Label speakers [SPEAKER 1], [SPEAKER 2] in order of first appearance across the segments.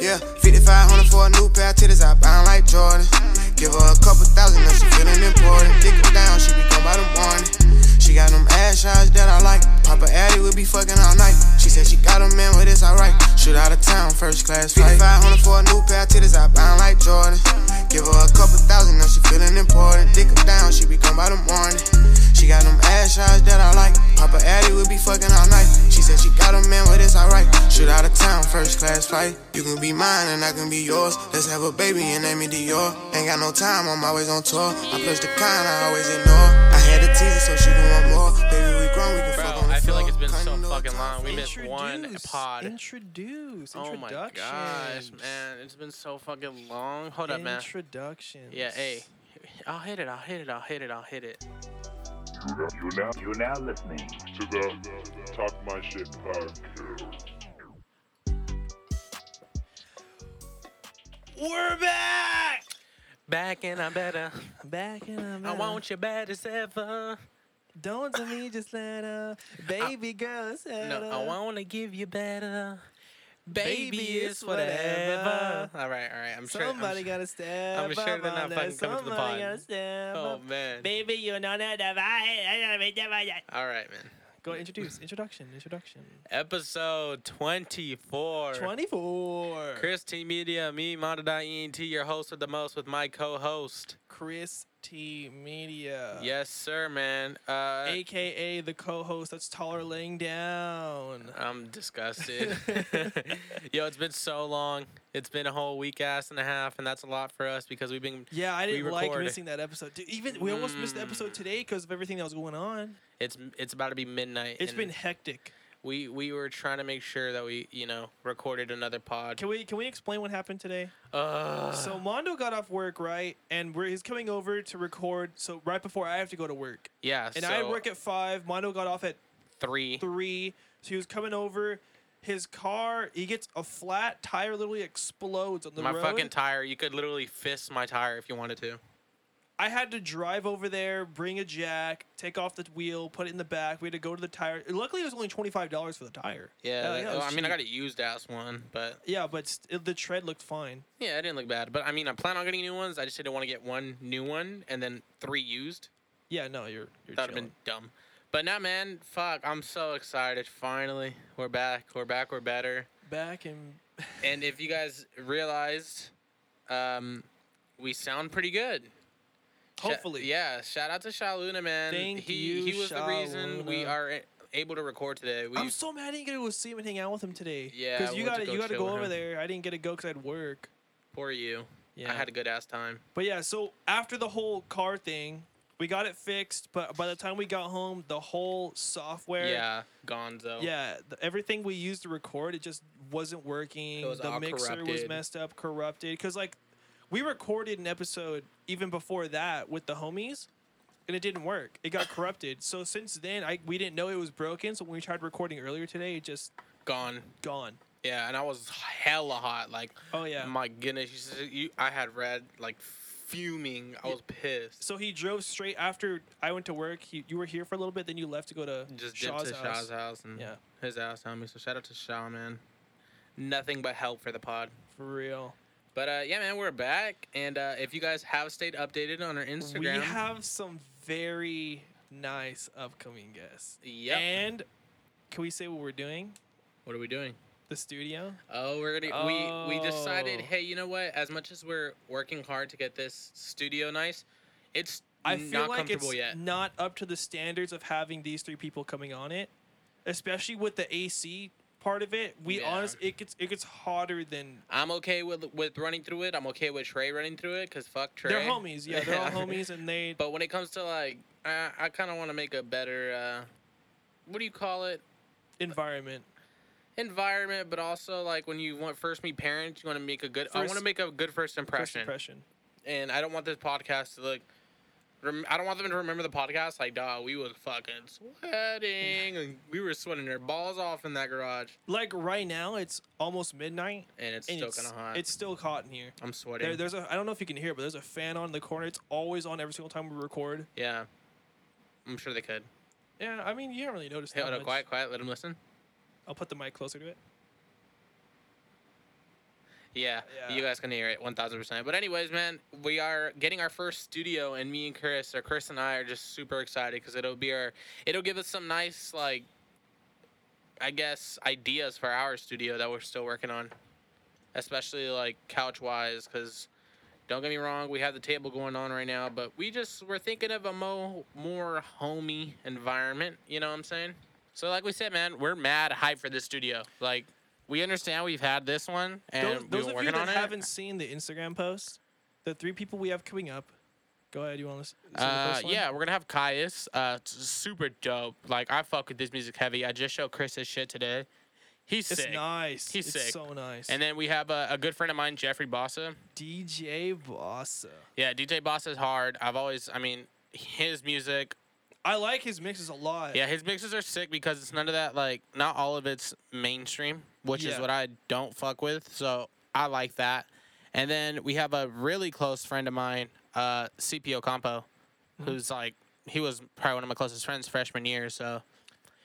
[SPEAKER 1] Yeah, 5500 for a new pair of titties, I bound like Jordan. Give her a couple thousand if she feeling important. Dick her down, she be gone by the morning. She got them ass shots that I like. Papa Addy will be fucking all night. She said she got a man, but it's alright. Shoot out of town, first class flight. 5500 for a new pair of titties, I bound like Jordan. Give her a couple thousand if she feeling important. Dick her down, she be gone by the morning. She got them ass shots that I like. Papa Addy will be fucking all night. She said she got a man, but it's alright. Shoot out of town, first class flight. You can be mine and I can be yours. Let's have a baby and name it Dior. Ain't got no time, I'm always on tour. I push the kind I always ignore. I had a teaser, so she don't want more. Baby, we grown, we can fuck
[SPEAKER 2] Bro,
[SPEAKER 1] on the
[SPEAKER 2] I feel
[SPEAKER 1] floor.
[SPEAKER 2] like it's been so
[SPEAKER 1] Kinda know
[SPEAKER 2] fucking
[SPEAKER 1] time
[SPEAKER 2] long.
[SPEAKER 1] for
[SPEAKER 2] We
[SPEAKER 1] me.
[SPEAKER 2] missed one
[SPEAKER 3] Introduce,
[SPEAKER 2] pod.
[SPEAKER 3] Introduce.
[SPEAKER 2] Oh my
[SPEAKER 3] introductions.
[SPEAKER 2] gosh, man. It's been so fucking long. Hold up, man.
[SPEAKER 3] Introductions.
[SPEAKER 2] Yeah, hey. I'll hit it, I'll hit it, I'll hit it, I'll hit it.
[SPEAKER 4] You now, you now listening to the Talk My Shit podcast.
[SPEAKER 3] We're back.
[SPEAKER 2] Back and I'm better.
[SPEAKER 3] Back in a
[SPEAKER 2] I want you bad as ever.
[SPEAKER 3] Don't tell me just let her. Baby girl said.
[SPEAKER 2] No, I wanna give you better. Baby,
[SPEAKER 3] Baby,
[SPEAKER 2] it's
[SPEAKER 3] it's
[SPEAKER 2] whatever.
[SPEAKER 3] whatever.
[SPEAKER 2] All right, all right. I'm sure. I'm
[SPEAKER 3] Somebody
[SPEAKER 2] sure-
[SPEAKER 3] got to step
[SPEAKER 2] I'm sure
[SPEAKER 3] up
[SPEAKER 2] they're
[SPEAKER 3] on
[SPEAKER 2] not
[SPEAKER 3] that.
[SPEAKER 2] fucking coming to the
[SPEAKER 3] Somebody
[SPEAKER 2] pod.
[SPEAKER 3] gotta step
[SPEAKER 2] Oh
[SPEAKER 3] up.
[SPEAKER 2] man.
[SPEAKER 3] Baby, you know that divide.
[SPEAKER 2] All right, man.
[SPEAKER 3] Go introduce. Introduction. Introduction.
[SPEAKER 2] Episode 24.
[SPEAKER 3] 24.
[SPEAKER 2] Christy Media, me, Monda.ent, your host of the most with my co-host.
[SPEAKER 3] Chris T. Media.
[SPEAKER 2] yes, sir, man. Uh,
[SPEAKER 3] AKA the co host that's taller laying down.
[SPEAKER 2] I'm disgusted. Yo, it's been so long. It's been a whole week ass and a half, and that's a lot for us because we've been.
[SPEAKER 3] Yeah, I
[SPEAKER 2] We Mm.
[SPEAKER 3] didn't like
[SPEAKER 2] recorded.
[SPEAKER 3] missing that episode. Dude, even we almost missed the episode today because of everything that was going on.
[SPEAKER 2] It's it's about to be midnight.
[SPEAKER 3] It's
[SPEAKER 2] and
[SPEAKER 3] been hectic.
[SPEAKER 2] We we were trying to make sure that we you know recorded another pod.
[SPEAKER 3] Can we can we explain what happened today?
[SPEAKER 2] uh,
[SPEAKER 3] So Mondo got off work, right? And we're, he's coming over to record. So right before I have to go to work,
[SPEAKER 2] yeah,
[SPEAKER 3] and
[SPEAKER 2] so
[SPEAKER 3] I work at five. Mondo got off at
[SPEAKER 2] three.
[SPEAKER 3] three, so he was coming over. His car, he gets a flat tire, literally explodes on the
[SPEAKER 2] my
[SPEAKER 3] road.
[SPEAKER 2] fucking tire. You could literally fist my tire if you wanted to.
[SPEAKER 3] I had to drive over there, bring a jack, take off the wheel, put it in the back. We had to go to the tire. Luckily, it was only twenty five dollars for the tire.
[SPEAKER 2] Yeah,
[SPEAKER 3] like, that
[SPEAKER 2] well,
[SPEAKER 3] was
[SPEAKER 2] I mean I
[SPEAKER 3] cheap.
[SPEAKER 2] got a used ass one, but
[SPEAKER 3] Yeah, but st- the tread looked fine.
[SPEAKER 2] Yeah, it didn't look bad. But I mean, I plan on getting new ones. I just didn't want to get one new one and then three used.
[SPEAKER 3] Yeah, no, you're you're
[SPEAKER 2] That would have
[SPEAKER 3] chilling.
[SPEAKER 2] been dumb. But now, man, fuck, I'm so excited. Finally, we're back. We're back. We're better.
[SPEAKER 3] back and
[SPEAKER 2] And if you guys realized, um, we sound pretty good. Sh-
[SPEAKER 3] hopefully.
[SPEAKER 2] yeah. Shout out to Shaluna, man.
[SPEAKER 3] Thank
[SPEAKER 2] he,
[SPEAKER 3] you,
[SPEAKER 2] He was the reason we
[SPEAKER 3] Shaluna.
[SPEAKER 2] are a- able to record today. We
[SPEAKER 3] I'm so mad I didn't get to go see him and hang out with him today.
[SPEAKER 2] Yeah, I
[SPEAKER 3] because you
[SPEAKER 2] went
[SPEAKER 3] got
[SPEAKER 2] to
[SPEAKER 3] to
[SPEAKER 2] go
[SPEAKER 3] you got to
[SPEAKER 2] chill
[SPEAKER 3] go
[SPEAKER 2] with
[SPEAKER 3] over
[SPEAKER 2] him.
[SPEAKER 3] there. I didn't get to go because I had work.
[SPEAKER 2] for you.
[SPEAKER 3] Yeah,
[SPEAKER 2] I had a good ass time.
[SPEAKER 3] but yeah. So after the whole car thing, we got it fixed. But by the time we got home, the whole software,
[SPEAKER 2] Yeah, Gonzo.
[SPEAKER 3] yeah, th- everything we used to record, it just wasn't working.
[SPEAKER 2] It was
[SPEAKER 3] the
[SPEAKER 2] all
[SPEAKER 3] mixer was
[SPEAKER 2] corrupted.
[SPEAKER 3] messed up, corrupted. Because like, we recorded an episode even before that with the homies. And it didn't work. It got corrupted. So since then, I we didn't know it was broken. So when we tried recording earlier today, it just
[SPEAKER 2] Gone.
[SPEAKER 3] gone.
[SPEAKER 2] Yeah, and I was hella hot. Like,
[SPEAKER 3] Oh yeah.
[SPEAKER 2] My goodness, you, said you I had red like fuming. I was pissed.
[SPEAKER 3] So he drove straight after I went to work. He, you were here for a little bit, then you left to go to
[SPEAKER 2] Just dipped
[SPEAKER 3] Shaw's
[SPEAKER 2] to
[SPEAKER 3] house.
[SPEAKER 2] Shaw's house and
[SPEAKER 3] Yeah.
[SPEAKER 2] his ass on me. So shout out to Shaw, man. Nothing but help for the pod.
[SPEAKER 3] For real.
[SPEAKER 2] But uh, yeah, man, we're back. And uh, if you guys have stayed updated on our Instagram,
[SPEAKER 3] We have some very nice upcoming guests.
[SPEAKER 2] Yep.
[SPEAKER 3] And can we say what we're doing?
[SPEAKER 2] what are we doing?
[SPEAKER 3] The studio?
[SPEAKER 2] Oh, we're gonna we we decided.
[SPEAKER 3] Oh.
[SPEAKER 2] Hey, you know what? As much as we're working hard to get this studio nice, it's
[SPEAKER 3] I feel
[SPEAKER 2] not
[SPEAKER 3] like
[SPEAKER 2] comfortable
[SPEAKER 3] it's
[SPEAKER 2] yet.
[SPEAKER 3] not up to the standards of having these three people coming on it, especially with the AC part of it. We
[SPEAKER 2] Yeah.
[SPEAKER 3] honest, it gets it gets hotter than
[SPEAKER 2] I'm okay with with running through it. I'm okay with Trey running through it because fuck Trey.
[SPEAKER 3] they're homies. Yeah, they're all homies, and they
[SPEAKER 2] But when it comes to like, I, I kind of want to make a better, uh, what do you call it,
[SPEAKER 3] environment.
[SPEAKER 2] environment. But also like when you want first meet parents, you want to make a good. I want to
[SPEAKER 3] First-
[SPEAKER 2] make a good first
[SPEAKER 3] First
[SPEAKER 2] impression.
[SPEAKER 3] impression.
[SPEAKER 2] And I don't want this podcast to look. Rem- I don't want them to remember the podcast like, dog, we was fucking sweating and we were sweating our balls off in that garage,
[SPEAKER 3] Like right now, it's almost midnight.
[SPEAKER 2] and it's
[SPEAKER 3] and
[SPEAKER 2] still
[SPEAKER 3] it's,
[SPEAKER 2] kind of hot.
[SPEAKER 3] It's still hot in here.
[SPEAKER 2] I'm sweating.
[SPEAKER 3] There, there's a I don't know if you can hear, it, but there's a fan on in the corner. It's always on every single time we record.
[SPEAKER 2] yeah, I'm sure they could.
[SPEAKER 3] Yeah, I mean you don't really notice
[SPEAKER 2] Hey,
[SPEAKER 3] that
[SPEAKER 2] no,
[SPEAKER 3] much.
[SPEAKER 2] quiet, quiet. Let them listen.
[SPEAKER 3] I'll put the mic closer to it.
[SPEAKER 2] Yeah,
[SPEAKER 3] Yeah.
[SPEAKER 2] you guys can hear it 1000%. But, anyways, man, we are getting our first studio, and me and Chris, or Chris and I, are just super excited because it'll be our, it'll give us some nice, like, I guess, ideas for our studio that we're still working on, especially like couch wise. Because don't get me wrong, we have the table going on right now, but we just, we're thinking of a mo- more homey environment. You know what I'm saying? So, like we said, man, we're mad hype for this studio. Like, we understand we've had this one and
[SPEAKER 3] Those,
[SPEAKER 2] we've been
[SPEAKER 3] those of you
[SPEAKER 2] working on
[SPEAKER 3] that
[SPEAKER 2] it.
[SPEAKER 3] haven't seen the Instagram post, the three people we have coming up, go ahead. You want to see the
[SPEAKER 2] Uh,
[SPEAKER 3] first one?
[SPEAKER 2] yeah, we're gonna have Caius. Uh, t- super dope. Like I fuck with this music heavy. I just showed Chris his shit today. He's
[SPEAKER 3] It's
[SPEAKER 2] sick.
[SPEAKER 3] nice.
[SPEAKER 2] He's
[SPEAKER 3] it's
[SPEAKER 2] sick.
[SPEAKER 3] so nice.
[SPEAKER 2] And then we have a, a good friend of mine, Jeffrey Bossa.
[SPEAKER 3] DJ Bossa.
[SPEAKER 2] Yeah, DJ Bossa is hard. I've always, I mean, his music.
[SPEAKER 3] I like his mixes a lot.
[SPEAKER 2] Yeah, his mixes are sick because it's none of that. Like, not all of it's mainstream, which
[SPEAKER 3] Yeah.
[SPEAKER 2] is what I don't fuck with. So I like that. And then we have a really close friend of mine, uh, CPO Campo,
[SPEAKER 3] Mm-hmm.
[SPEAKER 2] who's like he was probably one of my closest friends freshman year. So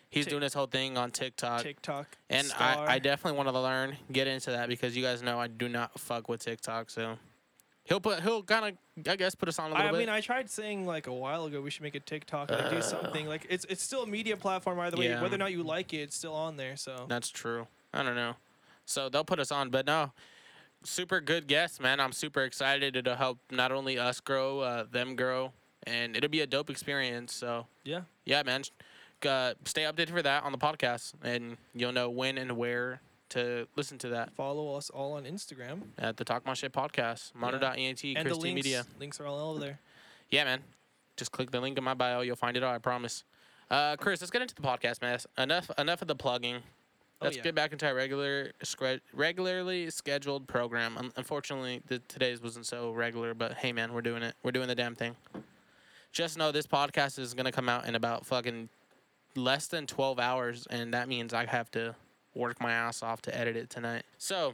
[SPEAKER 2] he's
[SPEAKER 3] Tik-
[SPEAKER 2] doing his whole thing on TikTok.
[SPEAKER 3] TikTok.
[SPEAKER 2] and
[SPEAKER 3] star.
[SPEAKER 2] I, I definitely want to learn, get into that because you guys know I do not fuck with TikTok. So he'll put he'll kind of I guess put us on a little
[SPEAKER 3] I
[SPEAKER 2] bit.
[SPEAKER 3] mean, I tried saying like a while ago we should make a TikTok, like do something. Like it's it's still a media platform either way.
[SPEAKER 2] Yeah.
[SPEAKER 3] Whether or not you like it, it's still on there. So
[SPEAKER 2] That's true. I don't know. So they'll put us on, but no, super good guest, man. I'm super excited. It'll help not only us grow, uh, them grow, and it'll be a dope experience. So
[SPEAKER 3] yeah,
[SPEAKER 2] yeah, man, sh- uh, stay updated for that on the podcast, and you'll know when and where to listen to that
[SPEAKER 3] follow us all on Instagram.
[SPEAKER 2] at the Talk My Shit podcast, E mono.ent,
[SPEAKER 3] and
[SPEAKER 2] Christy
[SPEAKER 3] the links,
[SPEAKER 2] Media.
[SPEAKER 3] links are all over there.
[SPEAKER 2] Yeah, man. Just click the link in my bio. You'll find it all. I promise. Uh, Chris, let's get into the podcast, man. Enough, enough of the plugging.
[SPEAKER 3] Oh,
[SPEAKER 2] Let's
[SPEAKER 3] yeah.
[SPEAKER 2] get back into our regular, scre- regularly scheduled program. Un unfortunately, the, today's wasn't so regular, but hey, man, we're doing it. We're doing the damn thing. Just know this podcast is gonna come out in about fucking less than twelve hours, and that means I have to work my ass off to edit it tonight. So.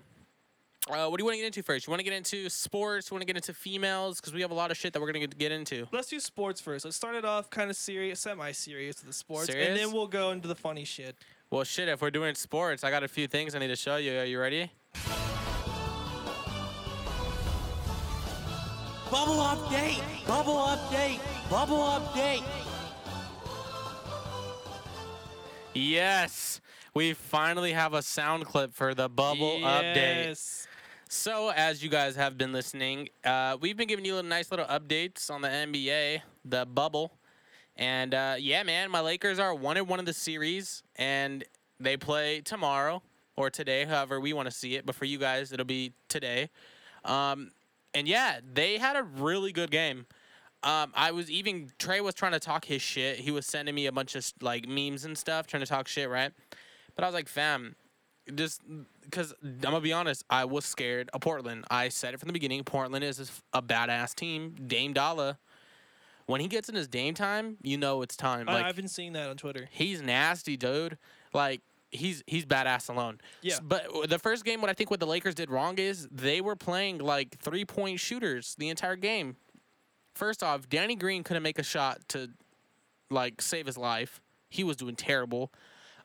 [SPEAKER 2] Uh, what do you want to get into first? You want to get into sports? You want to get into females? Because we have a lot of shit that we're gonna get into.
[SPEAKER 3] Let's do sports first. Let's start it off kind of serious, semi-serious with the sports, and
[SPEAKER 2] Serious?
[SPEAKER 3] then we'll go into the funny shit.
[SPEAKER 2] Well, shit, if we're doing sports, I got a few things I need to show you. Are you ready?
[SPEAKER 5] Bubble update! Bubble update! Bubble update!
[SPEAKER 2] Yes. We finally have a sound clip for the bubble update.
[SPEAKER 3] yes.
[SPEAKER 2] So, as you guys have been listening, uh, we've been giving you little nice little updates on the NBA, the bubble. And uh, yeah, man, my Lakers are one in one of the series, and they play tomorrow or today, however we want to see it. But for you guys, it'll be today. Um, and yeah, they had a really good game. Um, I was even Trey was trying to talk his shit. He was sending me a bunch of like memes and stuff, trying to talk shit, right? But I was like, fam, just because I'm gonna be honest, I was scared of Portland. I said it from the beginning. Portland is a badass team. Dame Dalla, when he gets in his Dame time, you know it's time.
[SPEAKER 3] I,
[SPEAKER 2] Like
[SPEAKER 3] I've been seeing that on Twitter.
[SPEAKER 2] he's nasty, dude. Like he's he's badass alone.
[SPEAKER 3] Yeah.
[SPEAKER 2] S- But w- the first game, what I think what the Lakers did wrong is they were playing like three point shooters the entire game. First off, Danny Green couldn't make a shot to like save his life. He was doing terrible.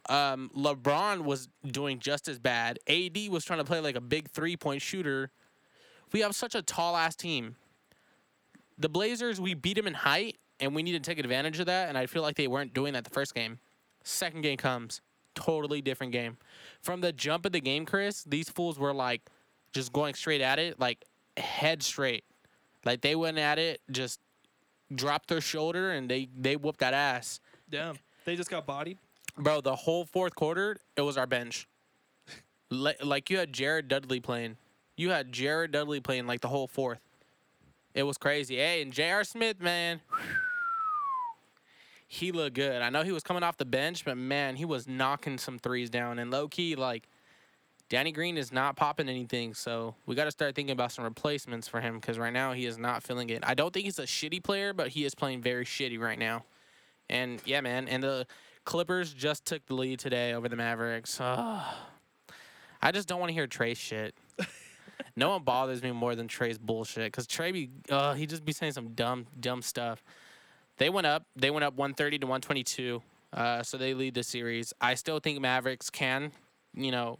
[SPEAKER 2] Um, LeBron was doing just as bad. AD was trying to play like a big three point shooter. We have such a tall ass team. The Blazers, we beat them in height, and we need to take advantage of that. And I feel like they weren't doing that the first game. Second game comes, totally different game. From the jump of the game, Chris, these fools were like just going straight at it, like head straight. Like they went at it, just dropped their shoulder, and they they whooped that ass.
[SPEAKER 3] Damn, they just got bodied.
[SPEAKER 2] Bro, the whole fourth quarter, it was our bench. Le- like you had Jared Dudley playing. You had Jared Dudley playing like the whole fourth. It was crazy. Hey, and J.R. Smith, man. He looked good. I know he was coming off the bench, but man, he was knocking some threes down. And low key, like, Danny Green is not popping anything. So we got to start thinking about some replacements for him because right now he is not feeling it. I don't think he's a shitty player, but he is playing very shitty right now. And yeah, man. And the Clippers just took the lead today over the Mavericks. Ah. I just don't want to hear Trey shit. no one bothers me more than Trey's bullshit because Trey be uh, he just be saying some dumb dumb stuff. They went up. They went up 130 to 122. Uh, so they lead the series. I still think Mavericks can, you know,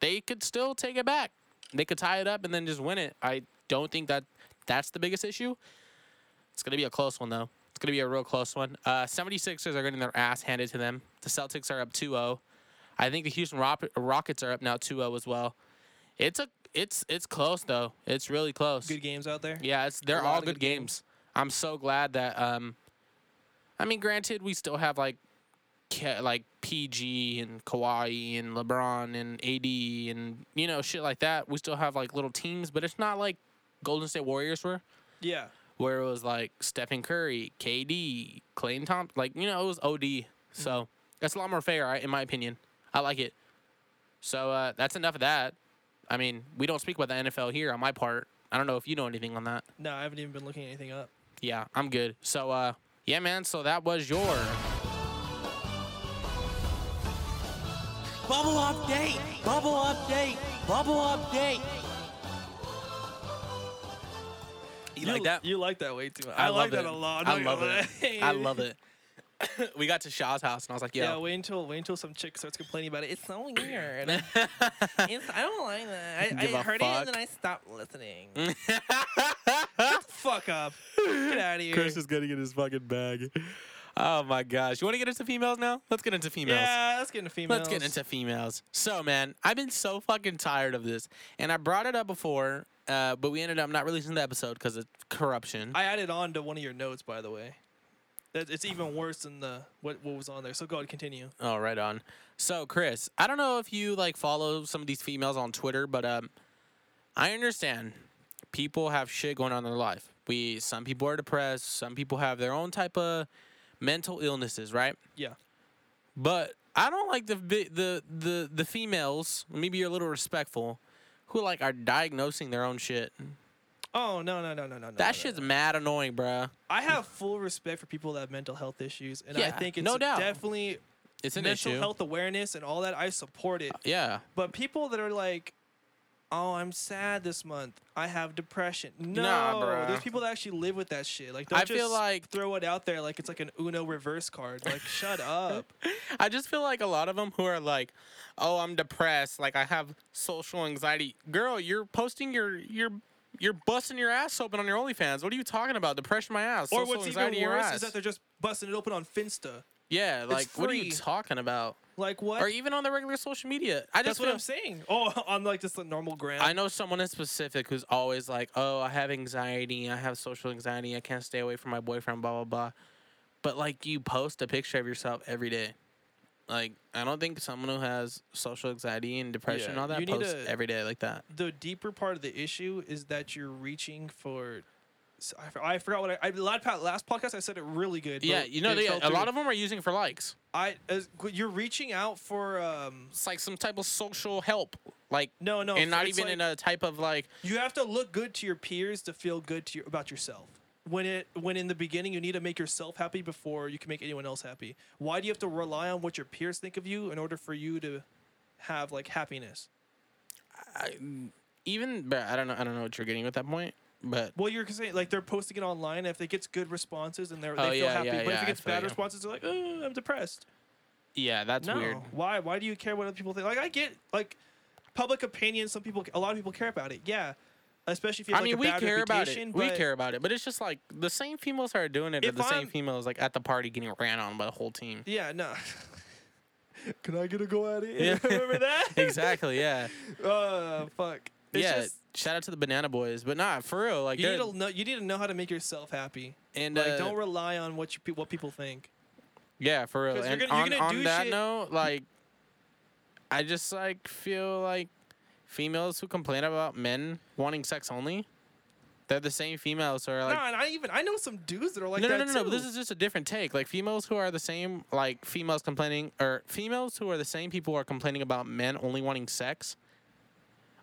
[SPEAKER 2] they could still take it back. They could tie it up and then just win it. I don't think that that's the biggest issue. It's going to be a close one, though. It's going to be a real close one. Uh, 76ers are getting their ass handed to them. The Celtics are up 2 0. I think the Houston Rock- Rockets are up now 2 0 as well. It's a it's it's close though. It's really close.
[SPEAKER 3] Good games out there.
[SPEAKER 2] Yeah, it's they're
[SPEAKER 3] lot
[SPEAKER 2] all
[SPEAKER 3] of
[SPEAKER 2] good,
[SPEAKER 3] good
[SPEAKER 2] games. I'm so glad that um I mean granted we still have like ca- like PG and Kawhi and LeBron and AD and you know shit like that. We still have like little teams, but it's not like Golden State Warriors were
[SPEAKER 3] Yeah.
[SPEAKER 2] where it was like Stephen Curry, KD, Clayton Thompson, like you know it was OD.
[SPEAKER 3] Mm.
[SPEAKER 2] So that's a lot more fair I- in my opinion. I like it. So uh, that's enough of that. I mean, we don't speak about the NFL here on my part. I don't know if you know anything on that.
[SPEAKER 3] No, I haven't even been looking anything up.
[SPEAKER 2] Yeah, I'm good. So uh yeah, man, so that was your
[SPEAKER 5] Bubble update. Bubble update. Bubble update.
[SPEAKER 2] You like that?
[SPEAKER 3] You like that way too much. I, like
[SPEAKER 2] love
[SPEAKER 3] that
[SPEAKER 2] it.
[SPEAKER 3] a lot.
[SPEAKER 2] I
[SPEAKER 3] I'm not
[SPEAKER 2] love
[SPEAKER 3] gonna
[SPEAKER 2] it.
[SPEAKER 3] lie.
[SPEAKER 2] I love it. we got to Shaw's house and I was like,
[SPEAKER 3] Yeah,
[SPEAKER 2] yo.
[SPEAKER 3] wait until wait until some chick starts complaining about it. It's so weird. it's, I don't like that. I,
[SPEAKER 2] Give
[SPEAKER 3] I
[SPEAKER 2] a
[SPEAKER 3] heard it
[SPEAKER 2] fuck.
[SPEAKER 3] and then I stopped listening. Shut the fuck up. Get out of here.
[SPEAKER 2] gonna get his fucking bag. Oh my gosh. You wanna get into females now? Let's get into females.
[SPEAKER 3] yeah, let's get into females.
[SPEAKER 2] Let's get into females. So, man, I've been so fucking tired of this. And I brought it up before, uh, but we ended up not releasing the episode because of corruption.
[SPEAKER 3] I added on to one of your notes, by the way. That it's even worse than the what what was on there. So go ahead, continue.
[SPEAKER 2] Oh, right on. So, Chris, I don't know if you like follow some of these females on Twitter, but um, I understand people have shit going on in their life. We some people are depressed, some people have their own type of mental illnesses, right?
[SPEAKER 3] Yeah.
[SPEAKER 2] But I don't like the vi- the the the females. Maybe you're a little respectful, who like are diagnosing their own shit.
[SPEAKER 3] Oh no no no no no. no,
[SPEAKER 2] That
[SPEAKER 3] no,
[SPEAKER 2] shit's
[SPEAKER 3] no.
[SPEAKER 2] mad annoying, bruh.
[SPEAKER 3] I have full respect for people that have mental health issues, and I
[SPEAKER 2] Yeah,
[SPEAKER 3] think it's
[SPEAKER 2] no doubt.
[SPEAKER 3] definitely
[SPEAKER 2] It's an
[SPEAKER 3] mental
[SPEAKER 2] issue.
[SPEAKER 3] health awareness and all that. I support it.
[SPEAKER 2] Yeah.
[SPEAKER 3] But people that are like, "Oh, I'm sad this month. I have depression." No,
[SPEAKER 2] Nah, bruh.
[SPEAKER 3] there's people that actually live with that shit. Like, don't
[SPEAKER 2] I feel
[SPEAKER 3] just
[SPEAKER 2] like-
[SPEAKER 3] throw it out there like it's like an Uno reverse card. Like, shut up.
[SPEAKER 2] I just feel like a lot of them who are like, "Oh, I'm depressed. Like I have social anxiety." Girl, you're posting your your you're busting your ass open on your OnlyFans. What are you talking about? Depression my ass. social
[SPEAKER 3] or what's even
[SPEAKER 2] anxiety your
[SPEAKER 3] worse
[SPEAKER 2] ass.
[SPEAKER 3] is that they're just busting it open on Finsta.
[SPEAKER 2] yeah, like what are you
[SPEAKER 3] free.
[SPEAKER 2] talking about?
[SPEAKER 3] Like what?
[SPEAKER 2] Or even on the regular social media. I
[SPEAKER 3] That's
[SPEAKER 2] just
[SPEAKER 3] what
[SPEAKER 2] feel-
[SPEAKER 3] I'm saying. Oh, on like just the normal gram.
[SPEAKER 2] I know someone in specific who's always like, "Oh, I have anxiety. I have social anxiety. I can't stay away from my boyfriend." Blah blah blah. But like, you post a picture of yourself every day. Like, I don't think someone who has social anxiety and depression and
[SPEAKER 3] Yeah,
[SPEAKER 2] all that
[SPEAKER 3] you need
[SPEAKER 2] posts
[SPEAKER 3] to-
[SPEAKER 2] every day like that.
[SPEAKER 3] the deeper part of the issue is that you're reaching for. s- I, for- I forgot what I, I last po- last podcast I said it really good.
[SPEAKER 2] Yeah,
[SPEAKER 3] but
[SPEAKER 2] you know,
[SPEAKER 3] it
[SPEAKER 2] they,
[SPEAKER 3] fell
[SPEAKER 2] a lot
[SPEAKER 3] through.
[SPEAKER 2] of them are using for likes.
[SPEAKER 3] I as, you're reaching out for um
[SPEAKER 2] It's like some type of social help, like
[SPEAKER 3] no no
[SPEAKER 2] and not
[SPEAKER 3] it's
[SPEAKER 2] even in
[SPEAKER 3] like
[SPEAKER 2] a type of like.
[SPEAKER 3] you have to look good to your peers to feel good to your, about yourself. When it when in the beginning you need to make yourself happy before you can make anyone else happy. Why do you have to rely on what your peers think of you in order for you to have like happiness?
[SPEAKER 2] Even, but I don't know. I don't know what you're getting with that point, but
[SPEAKER 3] Well, you're saying like they're posting it online. And if it gets good responses and they're
[SPEAKER 2] Oh,
[SPEAKER 3] they feel
[SPEAKER 2] yeah,
[SPEAKER 3] happy,
[SPEAKER 2] yeah,
[SPEAKER 3] but
[SPEAKER 2] yeah,
[SPEAKER 3] if
[SPEAKER 2] I
[SPEAKER 3] it gets
[SPEAKER 2] feel
[SPEAKER 3] bad
[SPEAKER 2] you.
[SPEAKER 3] responses, they're like, oh, I'm depressed.
[SPEAKER 2] yeah, that's
[SPEAKER 3] no,
[SPEAKER 2] weird.
[SPEAKER 3] why? Why do you care what other people think? Like I get like public opinion. Some people, a lot of people care about it. Yeah, especially if you
[SPEAKER 2] I
[SPEAKER 3] have
[SPEAKER 2] mean, we
[SPEAKER 3] like, a bad
[SPEAKER 2] care about
[SPEAKER 3] reputation.
[SPEAKER 2] it. We
[SPEAKER 3] but
[SPEAKER 2] care about it, but it's just like the same females are doing it, are
[SPEAKER 3] If
[SPEAKER 2] the same
[SPEAKER 3] I'm-
[SPEAKER 2] females like at the party getting ran on by the whole team.
[SPEAKER 3] Yeah, no. Can I get a go at it?
[SPEAKER 2] Yeah.
[SPEAKER 3] Remember that?
[SPEAKER 2] exactly. Yeah.
[SPEAKER 3] Uh, fuck. It's
[SPEAKER 2] yeah.
[SPEAKER 3] Just,
[SPEAKER 2] shout out to the Banana Boys, but nah, for real, like
[SPEAKER 3] you
[SPEAKER 2] they're-
[SPEAKER 3] need to know. You need to know how to make yourself happy.
[SPEAKER 2] and
[SPEAKER 3] Like,
[SPEAKER 2] uh,
[SPEAKER 3] don't rely on what you pe- what people think.
[SPEAKER 2] Yeah, for real.
[SPEAKER 3] 'Cause you're
[SPEAKER 2] And
[SPEAKER 3] gonna- you're
[SPEAKER 2] on,
[SPEAKER 3] gonna
[SPEAKER 2] on
[SPEAKER 3] do
[SPEAKER 2] that
[SPEAKER 3] shit-
[SPEAKER 2] note, like, I just like feel like females who complain about men wanting sex only, they're the same females who are like.
[SPEAKER 3] no, and I even I know some dudes that are like
[SPEAKER 2] no, no,
[SPEAKER 3] that
[SPEAKER 2] no, no, no,
[SPEAKER 3] too.
[SPEAKER 2] but This is just a different take. Like females who are the same, like females complaining, or females who are the same people who are complaining about men only wanting sex,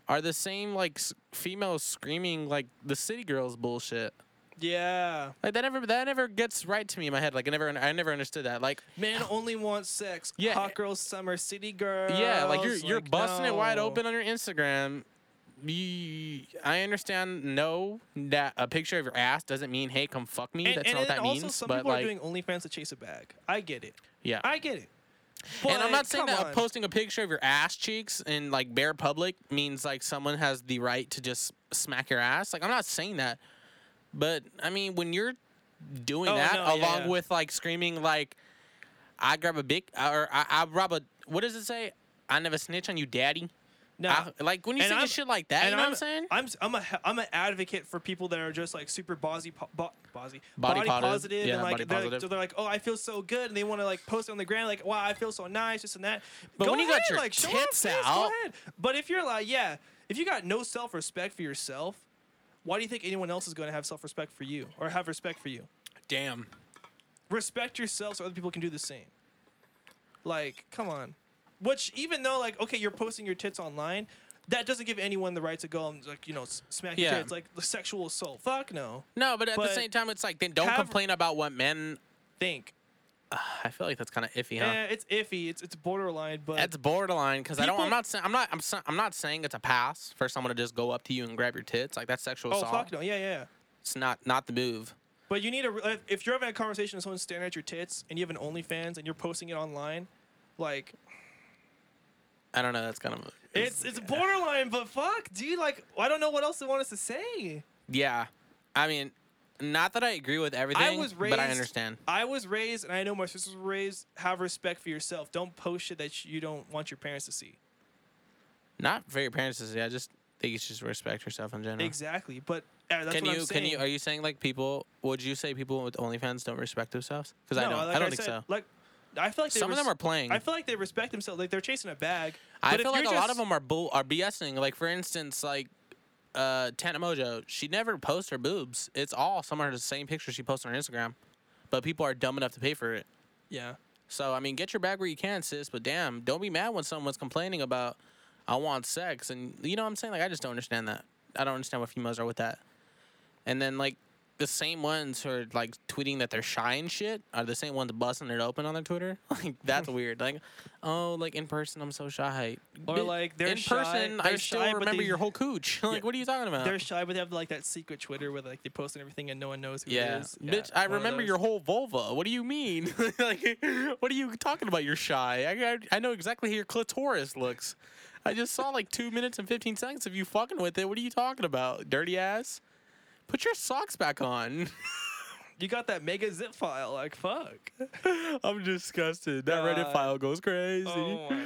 [SPEAKER 2] are the same like s- females screaming like the city girls bullshit.
[SPEAKER 3] yeah.
[SPEAKER 2] Like that never, that never gets right to me in my head. Like I never, I never understood that. Like
[SPEAKER 3] Men only want sex.
[SPEAKER 2] Yeah.
[SPEAKER 3] Hot girls, summer city girls.
[SPEAKER 2] Yeah, like you're you're
[SPEAKER 3] like,
[SPEAKER 2] busting it wide
[SPEAKER 3] no.
[SPEAKER 2] open on your Instagram. You, I understand. No, that a picture of your ass doesn't mean hey, come fuck me.
[SPEAKER 3] And,
[SPEAKER 2] That's
[SPEAKER 3] and
[SPEAKER 2] not what
[SPEAKER 3] then
[SPEAKER 2] that
[SPEAKER 3] also
[SPEAKER 2] means.
[SPEAKER 3] some
[SPEAKER 2] But
[SPEAKER 3] people
[SPEAKER 2] like,
[SPEAKER 3] are doing OnlyFans to chase a bag. I get it.
[SPEAKER 2] yeah, I,
[SPEAKER 3] I get it.
[SPEAKER 2] and I'm
[SPEAKER 3] But,
[SPEAKER 2] not saying
[SPEAKER 3] come
[SPEAKER 2] that
[SPEAKER 3] on.
[SPEAKER 2] posting a picture of your ass cheeks in like bare public means like someone has the right to just smack your ass. Like I'm not saying that, but I mean when you're doing
[SPEAKER 3] Oh,
[SPEAKER 2] that
[SPEAKER 3] no, yeah,
[SPEAKER 2] along
[SPEAKER 3] yeah.
[SPEAKER 2] with like screaming like, "I grab a big or I, I rob a what does it say? I never snitch on you, daddy."
[SPEAKER 3] no.
[SPEAKER 2] I- like when you
[SPEAKER 3] And
[SPEAKER 2] say
[SPEAKER 3] I'm-
[SPEAKER 2] shit like that, you know what I'm saying?
[SPEAKER 3] I'm s- I'm a he- I'm an advocate for people that are just like super ballsy, po- bo- ballsy,
[SPEAKER 2] Body positive.
[SPEAKER 3] positive,
[SPEAKER 2] Yeah,
[SPEAKER 3] and like
[SPEAKER 2] body
[SPEAKER 3] they're,
[SPEAKER 2] positive.
[SPEAKER 3] Like, so they're like, oh, I feel so good, and they want to like post it on the ground, like, wow, I feel so nice, this and that.
[SPEAKER 2] But
[SPEAKER 3] Go
[SPEAKER 2] when you got
[SPEAKER 3] ahead,
[SPEAKER 2] your
[SPEAKER 3] like, show
[SPEAKER 2] tits
[SPEAKER 3] off, yes,
[SPEAKER 2] out-
[SPEAKER 3] go ahead. But if you're like, yeah, if you got no self respect for yourself, why do you think anyone else is going to have self respect for you or have respect for you?
[SPEAKER 2] Damn.
[SPEAKER 3] respect yourself so other people can do the same. Like, come on. Which, even though, like, okay, you're posting your tits online, that doesn't give anyone the right to go and, like, you know, s- smack your
[SPEAKER 2] Yeah.
[SPEAKER 3] tits. Like, the sexual assault. Fuck no.
[SPEAKER 2] No, but at the
[SPEAKER 3] But
[SPEAKER 2] same time, it's like then don't
[SPEAKER 3] have-
[SPEAKER 2] complain about what men.
[SPEAKER 3] Think.
[SPEAKER 2] I feel like that's kind of iffy, huh?
[SPEAKER 3] Eh, it's iffy. It's it's borderline, but
[SPEAKER 2] That's borderline because I don't. I'm
[SPEAKER 3] People-
[SPEAKER 2] not saying. I'm not. I'm. sa- I'm not saying it's a pass for someone to just go up to you and grab your tits. Like that's sexual
[SPEAKER 3] oh
[SPEAKER 2] assault.
[SPEAKER 3] fuck no, yeah, yeah.
[SPEAKER 2] It's not. Not the move.
[SPEAKER 3] But you need a. re- if- If you're having a conversation and someone's staring at your tits, and you have an OnlyFans and you're posting it online, like
[SPEAKER 2] I don't know. That's kind of.
[SPEAKER 3] it's it's borderline. But fuck, dude, like I don't know what else they want us to say.
[SPEAKER 2] Yeah. I mean, not that I agree with everything,
[SPEAKER 3] I was raised,
[SPEAKER 2] but I understand.
[SPEAKER 3] I was raised, and I know my sisters were raised. Have respect for yourself. Don't post shit that you don't want your parents to see.
[SPEAKER 2] Not for your parents to say. I just think you should respect yourself in general.
[SPEAKER 3] Exactly, but uh, that's
[SPEAKER 2] Hmm. Can
[SPEAKER 3] what
[SPEAKER 2] you? Can
[SPEAKER 3] I'm saying.
[SPEAKER 2] you? Are you saying like people? Would you say people with OnlyFans don't respect themselves? Because I
[SPEAKER 3] No,
[SPEAKER 2] don't.
[SPEAKER 3] like
[SPEAKER 2] I don't think
[SPEAKER 3] said,
[SPEAKER 2] so.
[SPEAKER 3] Like, I feel like they
[SPEAKER 2] Some of them
[SPEAKER 3] res-
[SPEAKER 2] are playing.
[SPEAKER 3] I feel like they respect themselves. Like they're chasing a bag.
[SPEAKER 2] I
[SPEAKER 3] But if
[SPEAKER 2] feel like a
[SPEAKER 3] you're
[SPEAKER 2] lot of
[SPEAKER 3] just-
[SPEAKER 2] them are bull are BSing. Like for instance, like uh Tana Mojo, she never posts her boobs. It's all some of the same pictures she posts on her Instagram. But people are dumb enough to pay for it.
[SPEAKER 3] Yeah.
[SPEAKER 2] So I mean, get your bag where you can, sis. But damn, don't be mad when someone's complaining about I want sex, and you know what I'm saying. Like I just don't understand that. I don't understand what females are with that. And then like the same ones who are like tweeting that they're shy and shit are the same ones busting it open on their Twitter. Like that's weird. Like oh, like in person I'm so shy.
[SPEAKER 3] Or,
[SPEAKER 2] Bitch,
[SPEAKER 3] like, they're
[SPEAKER 2] in
[SPEAKER 3] shy-
[SPEAKER 2] person I
[SPEAKER 3] they're
[SPEAKER 2] still
[SPEAKER 3] shy, but
[SPEAKER 2] remember
[SPEAKER 3] they-
[SPEAKER 2] your whole cooch. like what are you talking about?
[SPEAKER 3] They're shy, but they have like that secret Twitter where like they post and everything, and no one knows who it
[SPEAKER 2] Yeah.
[SPEAKER 3] is.
[SPEAKER 2] bitch. I
[SPEAKER 3] one of
[SPEAKER 2] remember
[SPEAKER 3] those.
[SPEAKER 2] your whole vulva. What do you mean? like, what are you talking about? You're shy. I, I, I know exactly how your clitoris looks. I just saw like two minutes and fifteen seconds of you fucking with it. What are you talking about, dirty ass? Put your socks back on.
[SPEAKER 3] You got that mega zip file. Like fuck.
[SPEAKER 2] I'm disgusted. That Reddit
[SPEAKER 3] God.
[SPEAKER 2] file goes crazy.
[SPEAKER 3] Oh my god.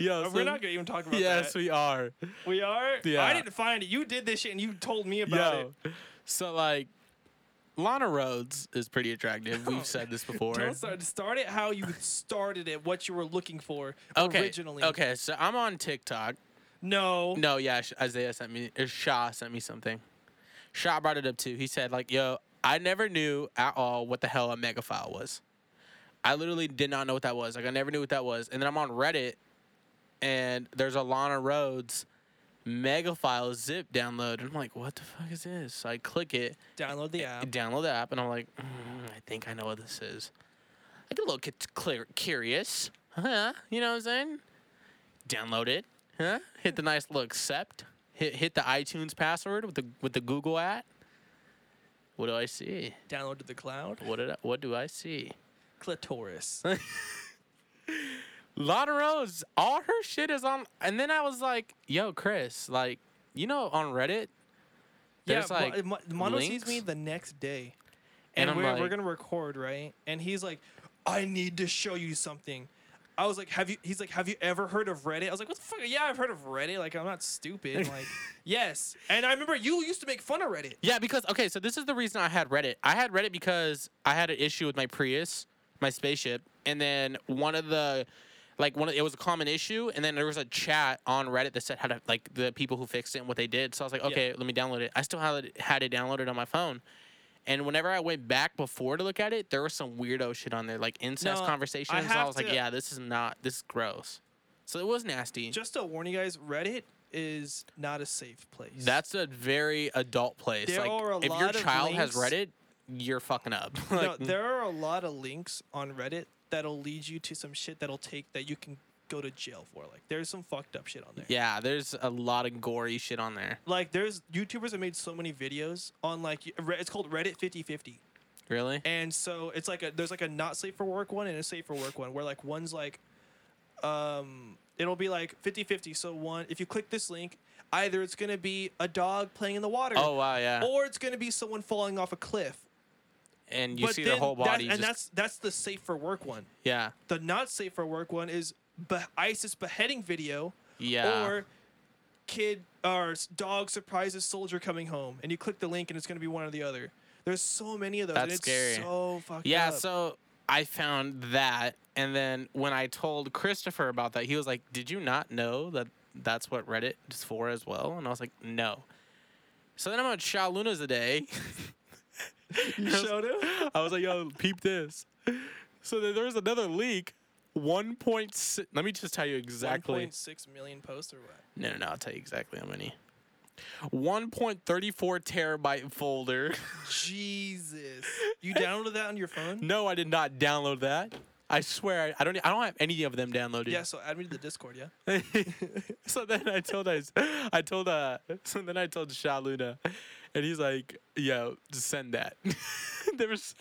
[SPEAKER 2] Yeah, so-
[SPEAKER 3] We're not gonna even talk about that.
[SPEAKER 2] yes, we are.
[SPEAKER 3] We are.
[SPEAKER 2] Yeah.
[SPEAKER 3] I didn't find it. You did this shit, and you told me about it.
[SPEAKER 2] Yo. So like, Lana Rhodes is pretty attractive. We've said this before.
[SPEAKER 3] Oh. Don't start. Start it how you started it. What you were looking for
[SPEAKER 2] okay.
[SPEAKER 3] originally.
[SPEAKER 2] Okay. So I'm on TikTok.
[SPEAKER 3] No.
[SPEAKER 2] No, yeah, Sh- Isaiah sent me. Or Shaw sent me something. Shaw brought it up too. He said, like, yo, I never knew at all what the hell a megaphile was. I literally did not know what that was. Like, I never knew what that was. And then I'm on Reddit, and there's a Lana Rhodes megaphile zip download. And I'm like, what the fuck is this? So I click it,
[SPEAKER 3] Download the
[SPEAKER 2] I
[SPEAKER 3] app.
[SPEAKER 2] download the app, and I'm like, mm, I think I know what this is. I get a little c- clear, curious, huh? You know what I'm saying? Download it, huh? Hit the nice little accept. Hit hit the iTunes password with the with the Google at. What do I see?
[SPEAKER 3] Download to the cloud.
[SPEAKER 2] What did I, what do I see?
[SPEAKER 3] Clitoris.
[SPEAKER 2] Lana Rose, all her shit is on. And then I was like, Yo, Chris, like, you know, on Reddit,
[SPEAKER 3] yeah.
[SPEAKER 2] there's like
[SPEAKER 3] Mo- Mo- Mono sees me
[SPEAKER 2] links.
[SPEAKER 3] the next day,
[SPEAKER 2] And
[SPEAKER 3] and,
[SPEAKER 2] I'm
[SPEAKER 3] we're we're
[SPEAKER 2] like-
[SPEAKER 3] gonna record right, and he's like, I need to show you something. I was like, have you? He's like, have you ever heard of Reddit? I was like, what the fuck? Yeah, I've heard of Reddit. Like, I'm not stupid. Like, yes. And I remember you used to make fun of Reddit.
[SPEAKER 2] Yeah, because okay, so this is the reason I had Reddit. I had Reddit because I had an issue with my Prius, my spaceship, and then one of the like one of, it was a common issue and then there was a chat on Reddit that said how to like the people who fixed it and what they did. So I was like, okay, let me download it. I still had it, had it downloaded on my phone. And whenever I went back before to look at it, there was some weirdo shit on there, like incest
[SPEAKER 3] No, I
[SPEAKER 2] conversations. and I
[SPEAKER 3] have
[SPEAKER 2] was like,
[SPEAKER 3] to-
[SPEAKER 2] yeah, this is not this is gross. So it was nasty.
[SPEAKER 3] Just to warn you guys, Reddit is not a safe place.
[SPEAKER 2] That's a very adult place.
[SPEAKER 3] There
[SPEAKER 2] like,
[SPEAKER 3] are a
[SPEAKER 2] if your
[SPEAKER 3] lot of
[SPEAKER 2] child has
[SPEAKER 3] links-
[SPEAKER 2] Reddit, you're fucking up.
[SPEAKER 3] no,
[SPEAKER 2] like, mm.
[SPEAKER 3] there are a lot of links on Reddit that'll lead you to some shit that'll take that you can go to jail for. Like there's some fucked up shit on there.
[SPEAKER 2] yeah, there's a lot of gory shit on there.
[SPEAKER 3] Like there's YouTubers that made so many videos on like y- Re- it's called Reddit 5050.
[SPEAKER 2] Really?
[SPEAKER 3] And so it's like a there's like a not safe for work one and a safe for work one where like one's like um, it'll be like 50-50. So one, if you click this link, either it's gonna be a dog playing in the water,
[SPEAKER 2] Oh wow, yeah.
[SPEAKER 3] or it's gonna be someone falling off a cliff.
[SPEAKER 2] And you see their whole
[SPEAKER 3] that-
[SPEAKER 2] body.
[SPEAKER 3] and
[SPEAKER 2] just,
[SPEAKER 3] that's that's the safe for work one.
[SPEAKER 2] yeah,
[SPEAKER 3] The not safe for work one is be- ISIS beheading video,
[SPEAKER 2] yeah.
[SPEAKER 3] or kid or s- dog surprises soldier coming home, and you click the link and it's gonna be one or the other. There's so many of those. and
[SPEAKER 2] That's
[SPEAKER 3] it's
[SPEAKER 2] scary.
[SPEAKER 3] So fucked
[SPEAKER 2] yeah.
[SPEAKER 3] up.
[SPEAKER 2] So I found that, and then when I told Christopher about that, he was like, "Did you not know that that's what Reddit is for as well?" And I was like, "No." So then I'm on Sha Luna's a day.
[SPEAKER 3] you showed him.
[SPEAKER 2] I was like, yo, peep this. So then there was another leak. One point six. Let me just tell you exactly.
[SPEAKER 3] 1.6 million posts or what?
[SPEAKER 2] No, no, no, I'll tell you exactly how many. One point thirty-four terabyte folder.
[SPEAKER 3] Jesus. You downloaded that on your phone?
[SPEAKER 2] no, I did not download that. I swear, I, I don't. I don't have any of them downloaded.
[SPEAKER 3] Yeah, so add me to the Discord, yeah?
[SPEAKER 2] so then I told I, I told uh so then I told Sha Luna and he's like, yo, just send that. there was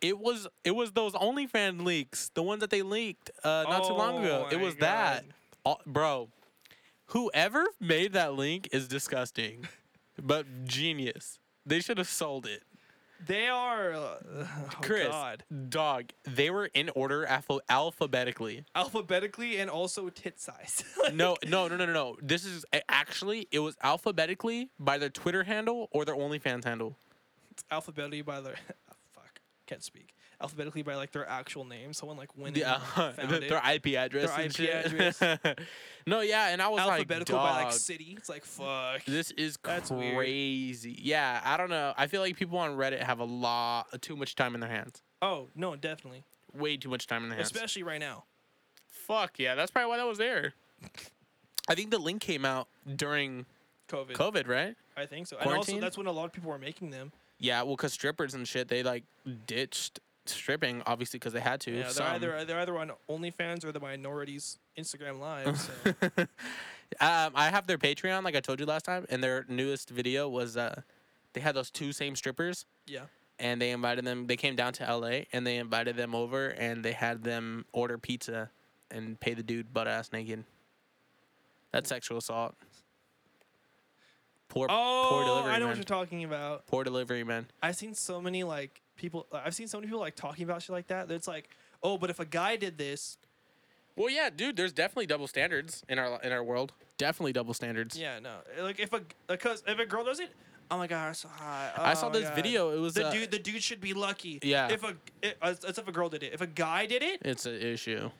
[SPEAKER 2] it was it was those OnlyFans leaks, the ones that they leaked uh not too long ago.
[SPEAKER 3] Oh
[SPEAKER 2] It
[SPEAKER 3] my
[SPEAKER 2] was that.
[SPEAKER 3] God.
[SPEAKER 2] All- bro, whoever made that link is disgusting. but genius. They should have sold it.
[SPEAKER 3] They are. Uh, oh
[SPEAKER 2] Chris,
[SPEAKER 3] God.
[SPEAKER 2] dog, they were in order alpha- alphabetically.
[SPEAKER 3] Alphabetically and also tit size.
[SPEAKER 2] No, no, no, no, no, no. This is a- actually it was alphabetically by their Twitter handle or their OnlyFans handle.
[SPEAKER 3] Alphabetically by their. oh, fuck. Can't speak. Alphabetically by like their actual name. Someone like went
[SPEAKER 2] Yeah,
[SPEAKER 3] in and found
[SPEAKER 2] their,
[SPEAKER 3] it.
[SPEAKER 2] their IP address.
[SPEAKER 3] Their
[SPEAKER 2] and
[SPEAKER 3] IP
[SPEAKER 2] shit. no, yeah, and I was
[SPEAKER 3] Alphabetical
[SPEAKER 2] like,
[SPEAKER 3] by like
[SPEAKER 2] "Dog,
[SPEAKER 3] city. It's like, fuck.
[SPEAKER 2] this is
[SPEAKER 3] That's weird.
[SPEAKER 2] crazy. Yeah, I don't know. I feel like people on Reddit have a lot too much time in their hands.
[SPEAKER 3] Oh, no, definitely.
[SPEAKER 2] Way too much time in their hands.
[SPEAKER 3] Especially right now.
[SPEAKER 2] Fuck yeah, that's probably why that was there. I think the link came out during
[SPEAKER 3] COVID.
[SPEAKER 2] COVID, right?
[SPEAKER 3] I think so. And
[SPEAKER 2] Quarantine?
[SPEAKER 3] also, that's when a lot of people were making them.
[SPEAKER 2] Yeah, well, because strippers and shit, they like ditched stripping, obviously, because they had to.
[SPEAKER 3] Yeah, they're
[SPEAKER 2] some.
[SPEAKER 3] either they're either on OnlyFans or the minorities Instagram Live. So.
[SPEAKER 2] Um, I have their Patreon, like I told you last time, and their newest video was uh, they had those two same strippers,
[SPEAKER 3] yeah,
[SPEAKER 2] and they invited them. They came down to L.A. and they invited them over, and they had them order pizza and pay the dude butt ass naked. That's sexual assault. Poor,
[SPEAKER 3] Oh,
[SPEAKER 2] poor delivery
[SPEAKER 3] I know what
[SPEAKER 2] man.
[SPEAKER 3] you're talking about.
[SPEAKER 2] poor delivery man.
[SPEAKER 3] I've seen so many like people. I've seen so many people like talking about shit like that. that It's like, oh, but if a guy did this,
[SPEAKER 2] Well, yeah, dude. There's definitely double standards in our in our world. Definitely double standards.
[SPEAKER 3] yeah, no, like if a because if a girl does it, oh my god, I'm so hot.
[SPEAKER 2] I saw
[SPEAKER 3] Oh my
[SPEAKER 2] this
[SPEAKER 3] God.
[SPEAKER 2] video. It was
[SPEAKER 3] The
[SPEAKER 2] uh,
[SPEAKER 3] dude, the dude should be lucky.
[SPEAKER 2] Yeah.
[SPEAKER 3] If a it, as, as if a girl did it. If a guy did it,
[SPEAKER 2] It's an issue.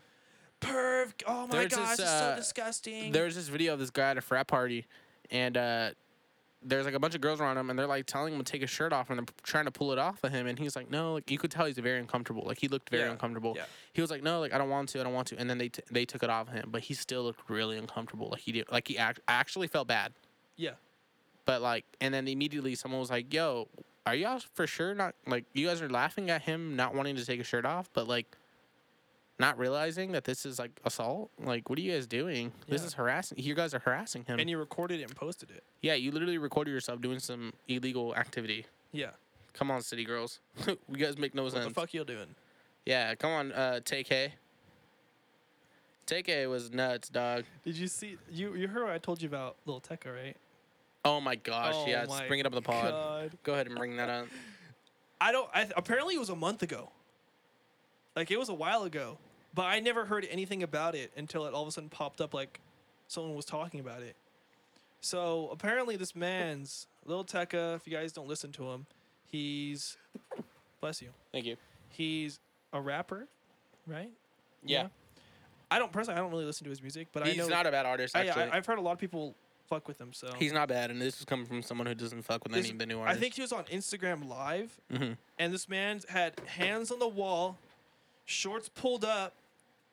[SPEAKER 3] perv. Oh my
[SPEAKER 2] There's
[SPEAKER 3] gosh,
[SPEAKER 2] this,
[SPEAKER 3] it's so
[SPEAKER 2] uh,
[SPEAKER 3] disgusting.
[SPEAKER 2] there was this video of this guy at a frat party, and uh, there's like a bunch of girls around him, and they're like telling him to take his shirt off, and they're trying to pull it off of him, and he's like, no, like you could tell he's very uncomfortable. Like he looked very
[SPEAKER 3] Yeah,
[SPEAKER 2] uncomfortable.
[SPEAKER 3] yeah.
[SPEAKER 2] He was like, no, like I don't want to, I don't want to, and then they t- they took it off of him, but he still looked really uncomfortable. Like he did, like he act- I actually felt bad,
[SPEAKER 3] yeah.
[SPEAKER 2] but like, and then immediately someone was like, yo. Are y'all for sure not like you guys are laughing at him not wanting to take his shirt off, but like not realizing that this is like assault? Like, what are you guys doing? This
[SPEAKER 3] Yeah.
[SPEAKER 2] is harassing. You guys are harassing him.
[SPEAKER 3] And you recorded it and posted it.
[SPEAKER 2] Yeah, you literally recorded yourself doing some illegal activity.
[SPEAKER 3] Yeah.
[SPEAKER 2] Come on, city girls. you guys make no
[SPEAKER 3] What
[SPEAKER 2] sense.
[SPEAKER 3] the fuck you doing?
[SPEAKER 2] Yeah, come on, uh, Take K. Take K was nuts, dog.
[SPEAKER 3] Did you see you you heard what I told you about Lil Tecca, right?
[SPEAKER 2] Oh my gosh,
[SPEAKER 3] Oh
[SPEAKER 2] yeah, let's
[SPEAKER 3] my
[SPEAKER 2] bring it up in the pod.
[SPEAKER 3] God.
[SPEAKER 2] Go ahead and bring that up.
[SPEAKER 3] I don't. I, apparently, it was a month ago. Like it was a while ago, but I never heard anything about it until it all of a sudden popped up. Like someone was talking about it. So apparently, this man's Lil Tecca. If you guys don't listen to him, he's bless you.
[SPEAKER 2] Thank you.
[SPEAKER 3] He's a rapper, right?
[SPEAKER 2] Yeah,
[SPEAKER 3] I don't personally. I don't really listen to his music, but I
[SPEAKER 2] he's
[SPEAKER 3] know
[SPEAKER 2] not a bad artist.
[SPEAKER 3] I-
[SPEAKER 2] Actually,
[SPEAKER 3] I, have heard a lot of people fuck with him. So
[SPEAKER 2] he's not bad, and this is coming from someone who doesn't fuck with
[SPEAKER 3] This-
[SPEAKER 2] any of the new artists.
[SPEAKER 3] I think he was on Instagram Live,
[SPEAKER 2] Mhm.
[SPEAKER 3] and this man had hands on the wall, shorts pulled up,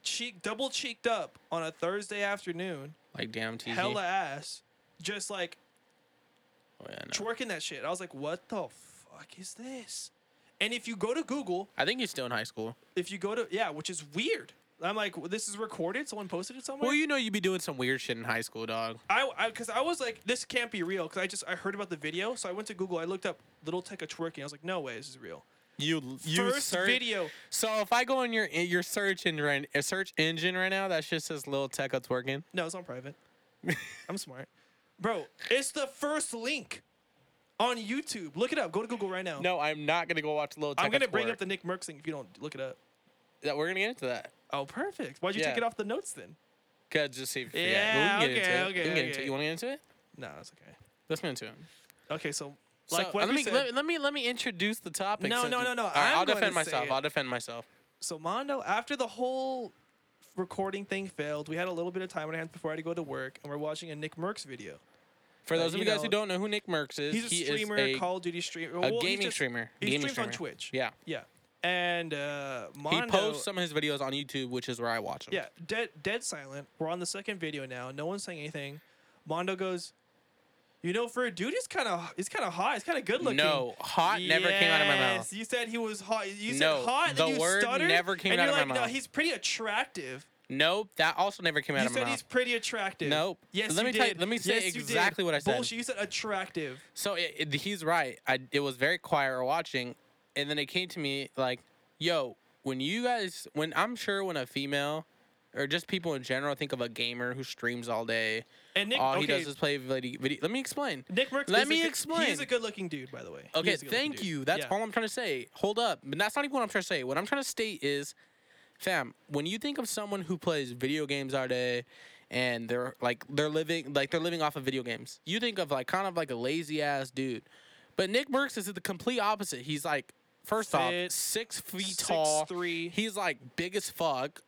[SPEAKER 3] cheek double cheeked up on a Thursday afternoon,
[SPEAKER 2] like damn TZ.
[SPEAKER 3] hella ass, just like
[SPEAKER 2] Oh, yeah, no.
[SPEAKER 3] twerking that shit. I was like, what the fuck is this? And if you go to Google,
[SPEAKER 2] I think he's still in high school.
[SPEAKER 3] if you go to yeah, which is weird. I'm like, well, this is recorded. Someone posted it somewhere.
[SPEAKER 2] Well, you know you'd be doing some weird shit in high school, dog.
[SPEAKER 3] I, I, cause I was like, this can't be real. Cause I just, I heard about the video, so I went to Google. I looked up Little Tecca twerking. I was like, no way, this is real.
[SPEAKER 2] You you
[SPEAKER 3] First
[SPEAKER 2] search-
[SPEAKER 3] video.
[SPEAKER 2] So if I go in your in your search engine right, uh, search engine right now, that shit says Lil Tecca twerking.
[SPEAKER 3] No, it's on private. I'm smart, bro. It's the first link on YouTube. Look it up. Go to Google right now.
[SPEAKER 2] No, I'm not gonna go watch Lil Tecca.
[SPEAKER 3] I'm gonna bring up
[SPEAKER 2] twerk.
[SPEAKER 3] the Nick Merckx thing if you don't look it up.
[SPEAKER 2] That we're gonna get into that.
[SPEAKER 3] Oh, perfect. Why'd you
[SPEAKER 2] Yeah.
[SPEAKER 3] take it off the notes then?
[SPEAKER 2] Okay, just see. If,
[SPEAKER 3] Yeah,
[SPEAKER 2] but we can get into
[SPEAKER 3] okay,
[SPEAKER 2] it. we
[SPEAKER 3] okay,
[SPEAKER 2] can get into
[SPEAKER 3] okay.
[SPEAKER 2] it. You want to get into it?
[SPEAKER 3] No, that's okay.
[SPEAKER 2] Let's get into it.
[SPEAKER 3] Okay, so
[SPEAKER 2] So,
[SPEAKER 3] like what
[SPEAKER 2] let
[SPEAKER 3] we
[SPEAKER 2] me
[SPEAKER 3] said,
[SPEAKER 2] let, let me let me introduce the topic.
[SPEAKER 3] No,
[SPEAKER 2] since
[SPEAKER 3] no,
[SPEAKER 2] you-
[SPEAKER 3] no, no,
[SPEAKER 2] All right,
[SPEAKER 3] I'm
[SPEAKER 2] I'll
[SPEAKER 3] going to
[SPEAKER 2] defend
[SPEAKER 3] say
[SPEAKER 2] myself.
[SPEAKER 3] it.
[SPEAKER 2] I'll defend myself.
[SPEAKER 3] so Mondo, after the whole recording thing failed, we had a little bit of time on our hands before I had to go to work, and we're watching a Nick Merckx video.
[SPEAKER 2] For
[SPEAKER 3] Uh,
[SPEAKER 2] those of
[SPEAKER 3] you
[SPEAKER 2] you guys
[SPEAKER 3] know,
[SPEAKER 2] who don't know who Nick Merckx is,
[SPEAKER 3] He's a
[SPEAKER 2] he
[SPEAKER 3] streamer,
[SPEAKER 2] is a,
[SPEAKER 3] Call of Duty streamer,
[SPEAKER 2] a gaming streamer.
[SPEAKER 3] He
[SPEAKER 2] gaming
[SPEAKER 3] streams
[SPEAKER 2] streamer.
[SPEAKER 3] on Twitch.
[SPEAKER 2] Yeah.
[SPEAKER 3] yeah. And uh,
[SPEAKER 2] He
[SPEAKER 3] Mondo,
[SPEAKER 2] posts some of his videos on YouTube, which is where I watch him.
[SPEAKER 3] yeah, dead, dead silent. We're on the second video now. No one's saying anything. Mondo goes, you know, for a dude, he's kind of he's kind of hot. He's kind of good looking.
[SPEAKER 2] No, hot never came out of my
[SPEAKER 3] Yes,
[SPEAKER 2] mouth.
[SPEAKER 3] You said he was hot. You said
[SPEAKER 2] No,
[SPEAKER 3] hot. and
[SPEAKER 2] the
[SPEAKER 3] then you
[SPEAKER 2] word
[SPEAKER 3] stuttered,
[SPEAKER 2] never came
[SPEAKER 3] and
[SPEAKER 2] out
[SPEAKER 3] you're
[SPEAKER 2] of my
[SPEAKER 3] like, No,
[SPEAKER 2] mouth.
[SPEAKER 3] he's pretty attractive.
[SPEAKER 2] Nope, that also never came out
[SPEAKER 3] You
[SPEAKER 2] of my
[SPEAKER 3] said
[SPEAKER 2] mouth.
[SPEAKER 3] he's pretty attractive.
[SPEAKER 2] Nope.
[SPEAKER 3] Yes,
[SPEAKER 2] Let
[SPEAKER 3] you
[SPEAKER 2] me
[SPEAKER 3] did.
[SPEAKER 2] tell you- let me say
[SPEAKER 3] Yes, you did.
[SPEAKER 2] exactly what I said.
[SPEAKER 3] Bullshit. You said attractive.
[SPEAKER 2] So it, it- he's right. I, it was very quiet or watching, and then it came to me like, "Yo, when you guys, when I'm sure when a female, or just people in general think of a gamer who streams all day,
[SPEAKER 3] And Nick,
[SPEAKER 2] all
[SPEAKER 3] okay,
[SPEAKER 2] he does is play video. video let me explain.
[SPEAKER 3] Nick Merckx.
[SPEAKER 2] Let
[SPEAKER 3] is
[SPEAKER 2] me
[SPEAKER 3] a good,
[SPEAKER 2] explain.
[SPEAKER 3] He's a good-looking dude, by the way. He
[SPEAKER 2] Okay,
[SPEAKER 3] is a good-looking
[SPEAKER 2] thank
[SPEAKER 3] dude.
[SPEAKER 2] you. That's
[SPEAKER 3] Yeah.
[SPEAKER 2] all I'm trying to say. Hold up, but that's not even what I'm trying to say. What I'm trying to state is, fam, when you think of someone who plays video games all day, and they're like they're living like they're living off of video games, you think of like kind of like a lazy ass dude. But Nick Merckx is the complete opposite. He's like, first off,
[SPEAKER 3] Fit,
[SPEAKER 2] six feet
[SPEAKER 3] six,
[SPEAKER 2] tall.
[SPEAKER 3] three.
[SPEAKER 2] He's like big as fuck.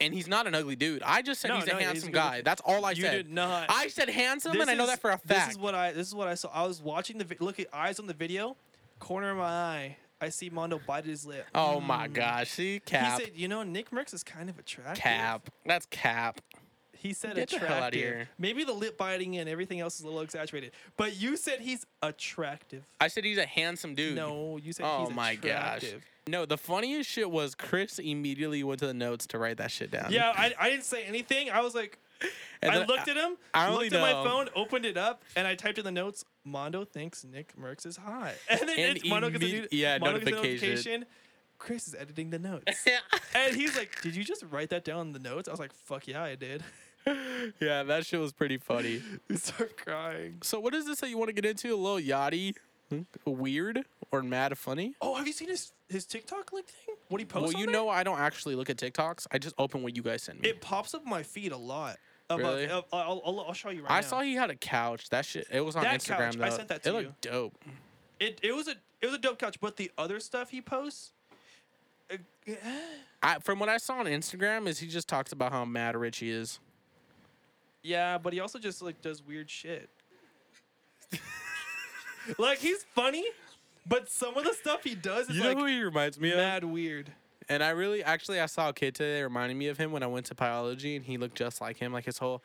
[SPEAKER 2] And he's not an ugly dude. I just said
[SPEAKER 3] No,
[SPEAKER 2] he's
[SPEAKER 3] no,
[SPEAKER 2] a
[SPEAKER 3] he's
[SPEAKER 2] handsome
[SPEAKER 3] good
[SPEAKER 2] guy.
[SPEAKER 3] looking.
[SPEAKER 2] That's all I
[SPEAKER 3] You
[SPEAKER 2] said.
[SPEAKER 3] did not.
[SPEAKER 2] I said handsome,
[SPEAKER 3] This
[SPEAKER 2] and I know
[SPEAKER 3] is-
[SPEAKER 2] that for a
[SPEAKER 3] This
[SPEAKER 2] fact.
[SPEAKER 3] is what I. This is what I saw. I was watching the vi- look at eyes on the video, corner of my eye. I see Mondo bite his lip.
[SPEAKER 2] oh my gosh! See,
[SPEAKER 3] He
[SPEAKER 2] cap.
[SPEAKER 3] said, "You know, Nick Merckx is kind of attractive."
[SPEAKER 2] Cap. That's cap.
[SPEAKER 3] He said
[SPEAKER 2] Get the
[SPEAKER 3] attractive.
[SPEAKER 2] hell outta here.
[SPEAKER 3] Maybe the lip biting and everything else is a little exaggerated. But you said he's attractive.
[SPEAKER 2] I said he's a handsome dude.
[SPEAKER 3] No, you said
[SPEAKER 2] Oh
[SPEAKER 3] he's
[SPEAKER 2] my
[SPEAKER 3] attractive.
[SPEAKER 2] gosh. No, the funniest shit was Chris immediately went to the notes to write that shit down.
[SPEAKER 3] Yeah, I, I didn't say anything. I was like,
[SPEAKER 2] And
[SPEAKER 3] I
[SPEAKER 2] then
[SPEAKER 3] looked at him,
[SPEAKER 2] I only
[SPEAKER 3] looked at my
[SPEAKER 2] know-
[SPEAKER 3] phone, opened it up, and I typed in the notes. Mondo thinks Nick Merckx is hot, and then
[SPEAKER 2] And
[SPEAKER 3] it's Mondo gets a
[SPEAKER 2] imme-
[SPEAKER 3] new-
[SPEAKER 2] yeah,
[SPEAKER 3] Mondo gets a
[SPEAKER 2] notification.
[SPEAKER 3] notification. Chris is editing the notes, and he's like, "Did you just write that down in the notes?" I was like, "Fuck yeah, I did."
[SPEAKER 2] yeah, that shit was pretty funny.
[SPEAKER 3] We start crying.
[SPEAKER 2] so what is this that you want to get into? A little yachty? Hmm? Weird or mad funny?
[SPEAKER 3] Oh, have you seen his his TikTok link thing? What he posts?
[SPEAKER 2] Well, you
[SPEAKER 3] on there?
[SPEAKER 2] know I don't actually look at TikToks. I just open what you guys send me.
[SPEAKER 3] it pops up my feed a lot. Above,
[SPEAKER 2] Really?
[SPEAKER 3] uh, I'll, I'll, I'll show you right
[SPEAKER 2] I
[SPEAKER 3] now.
[SPEAKER 2] saw he had a couch. That shit. It was on
[SPEAKER 3] That
[SPEAKER 2] Instagram
[SPEAKER 3] couch,
[SPEAKER 2] though.
[SPEAKER 3] I sent that to
[SPEAKER 2] it
[SPEAKER 3] you.
[SPEAKER 2] looked dope.
[SPEAKER 3] it. It was a it was a dope couch, but the other stuff he posts. uh,
[SPEAKER 2] I, from what I saw on Instagram, is he just talks about how mad rich he is.
[SPEAKER 3] Yeah, but he also just like does weird shit. like he's funny, but some of the stuff he does is like
[SPEAKER 2] he reminds me
[SPEAKER 3] mad weird.
[SPEAKER 2] And I really, actually, I saw a kid today reminding me of him when I went to biology, and he looked just like him, like his whole,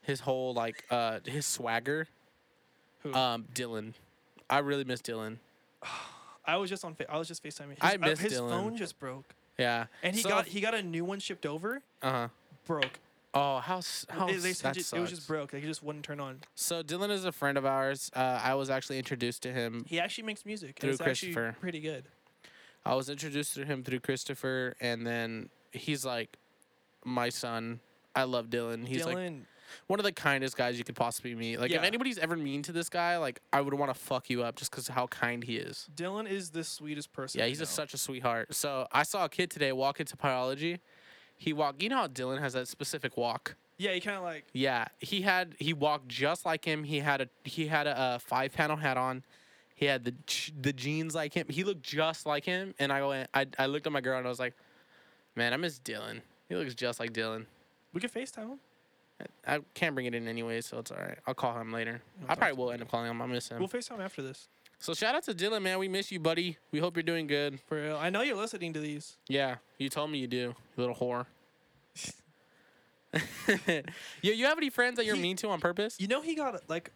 [SPEAKER 2] his whole like, uh, his swagger.
[SPEAKER 3] Who?
[SPEAKER 2] Um, Dylan, I really miss Dylan.
[SPEAKER 3] I was just on. Fa- I was just Facetiming. His,
[SPEAKER 2] I
[SPEAKER 3] uh,
[SPEAKER 2] miss
[SPEAKER 3] his
[SPEAKER 2] Dylan.
[SPEAKER 3] phone just broke,
[SPEAKER 2] Yeah.
[SPEAKER 3] and he got he got a new one shipped over.
[SPEAKER 2] Uh huh.
[SPEAKER 3] Broke.
[SPEAKER 2] Oh, how s- how
[SPEAKER 3] They- they
[SPEAKER 2] s- that
[SPEAKER 3] said ju- it was
[SPEAKER 2] sucks.
[SPEAKER 3] just broke. Like it just wouldn't turn on.
[SPEAKER 2] So Dylan is a friend of ours. Uh, I was actually introduced to him.
[SPEAKER 3] He actually makes music.
[SPEAKER 2] Through
[SPEAKER 3] and it's actually
[SPEAKER 2] Christopher.
[SPEAKER 3] pretty good.
[SPEAKER 2] I was introduced to him through Christopher, and then he's like, my son. I love Dylan. He's like
[SPEAKER 3] Dylan,
[SPEAKER 2] one of the kindest guys you could possibly meet. Like if
[SPEAKER 3] Yeah.
[SPEAKER 2] anybody's ever mean to this guy, like I would want to fuck you up just because how kind he is.
[SPEAKER 3] Dylan is the sweetest person.
[SPEAKER 2] Yeah,
[SPEAKER 3] I
[SPEAKER 2] he's
[SPEAKER 3] know.
[SPEAKER 2] just such a sweetheart. So I saw a kid today walk into biology. He walked. You know how Dylan has that specific walk.
[SPEAKER 3] Yeah, he kind of like.
[SPEAKER 2] Yeah, he had he walked just like him. He had a he had a, uh five panel hat on. He had the ch- the jeans like him. He looked just like him. And I went. I I looked at my girl and I was like, man, I miss Dylan. He looks just like Dylan.
[SPEAKER 3] We could Facetime him.
[SPEAKER 2] I can't bring it in anyway, so it's all right. I'll call him later. I
[SPEAKER 3] talk
[SPEAKER 2] probably
[SPEAKER 3] to
[SPEAKER 2] will end up calling him. I miss him.
[SPEAKER 3] We'll Facetime after this.
[SPEAKER 2] So shout out to Dylan, man. We miss you, buddy. We hope you're doing good.
[SPEAKER 3] For real, I know you're listening to these.
[SPEAKER 2] Yeah, you told me you do, you little whore. yeah, you have any friends that you're
[SPEAKER 3] He-
[SPEAKER 2] mean to on purpose?
[SPEAKER 3] You know he got like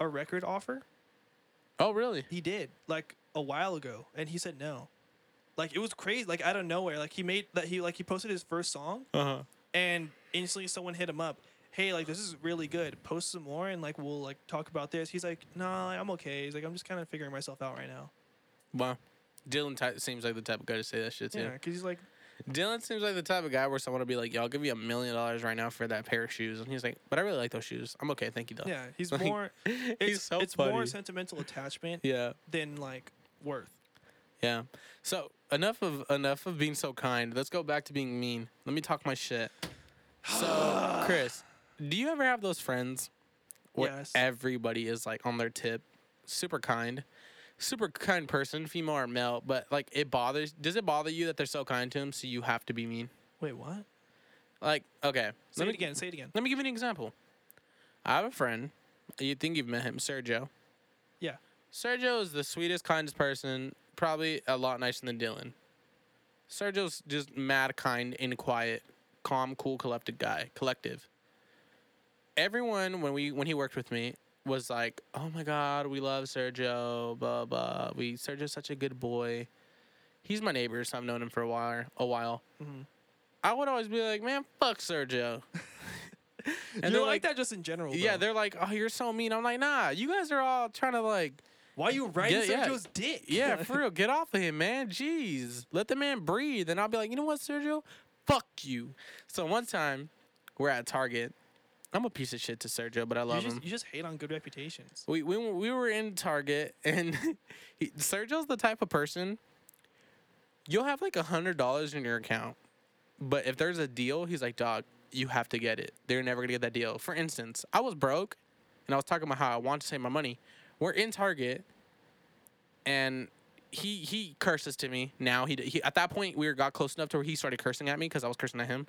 [SPEAKER 3] a record offer.
[SPEAKER 2] oh, really?
[SPEAKER 3] He did like a while ago, and he said no. Like it was crazy. Like out of nowhere. Like he made that he like he posted his first song,
[SPEAKER 2] Uh huh.
[SPEAKER 3] and instantly someone hit him up. Hey, like this is really good. Post some more, and like we'll like talk about this. He's like, nah, I'm okay. He's like, I'm just kind of figuring myself out right now.
[SPEAKER 2] Wow. Dylan ty- seems like the type of guy to say that shit too.
[SPEAKER 3] Yeah, because he's like,
[SPEAKER 2] Dylan seems like the type of guy where someone will be like, "Yo, I'll give you a million dollars right now for that pair of shoes," and he's like, "But I really like those shoes. I'm okay, thank you, though."
[SPEAKER 3] yeah, he's
[SPEAKER 2] Uh, Like,
[SPEAKER 3] more. It's,
[SPEAKER 2] he's so
[SPEAKER 3] it's more
[SPEAKER 2] funny.
[SPEAKER 3] sentimental attachment
[SPEAKER 2] Yeah,
[SPEAKER 3] than like worth.
[SPEAKER 2] yeah. So enough of enough of being so kind. Let's go back to being mean. Let me talk my shit. So, Chris, do you ever have those friends where
[SPEAKER 3] Yes.
[SPEAKER 2] everybody is like on their tip, super kind, super kind person, female or male, but like it bothers? Does it bother you that they're so kind to them, so you have to be mean?
[SPEAKER 3] Wait, what?
[SPEAKER 2] Like, okay,
[SPEAKER 3] Say
[SPEAKER 2] let
[SPEAKER 3] it
[SPEAKER 2] me
[SPEAKER 3] again. Say it again.
[SPEAKER 2] Let me give you an example. I have a friend. You'd think you've met him, Sergio.
[SPEAKER 3] Yeah.
[SPEAKER 2] Sergio is the sweetest, kindest person, probably a lot nicer than Dylan. Sergio's just mad, kind, and quiet, calm, cool, collected guy, collective. Everyone when we when he worked with me was like, "Oh my God, we love Sergio, blah blah. We Sergio's such a good boy. He's my neighbor, so I've known him for a while. A while.
[SPEAKER 3] Mm-hmm.
[SPEAKER 2] I would always be like, man, fuck Sergio. and
[SPEAKER 3] You're
[SPEAKER 2] they're
[SPEAKER 3] like,
[SPEAKER 2] like,
[SPEAKER 3] that just in general.
[SPEAKER 2] yeah,
[SPEAKER 3] though.
[SPEAKER 2] they're like, oh, you're so mean. I'm like, nah, you guys are all trying to like,
[SPEAKER 3] Why you riding
[SPEAKER 2] Yeah, yeah.
[SPEAKER 3] Sergio's dick?
[SPEAKER 2] yeah, for real, get off of him, man. Jeez, let the man breathe. And I'll be like, you know what, Sergio, fuck you. So one time, we're at Target. I'm a piece of shit to Sergio, but I
[SPEAKER 3] you
[SPEAKER 2] love him.
[SPEAKER 3] just, you just hate on good reputations.
[SPEAKER 2] We we we were in Target and he, Sergio's the type of person you'll have like a hundred dollars in your account, but if there's a deal, he's like, "Dog, you have to get it. They're never gonna get that deal." For instance, I was broke, and I was talking about how I want to save my money. We're in Target, and he he curses to me. Now he, d- he at that point we were got close enough to where he started cursing at me because I was cursing at him.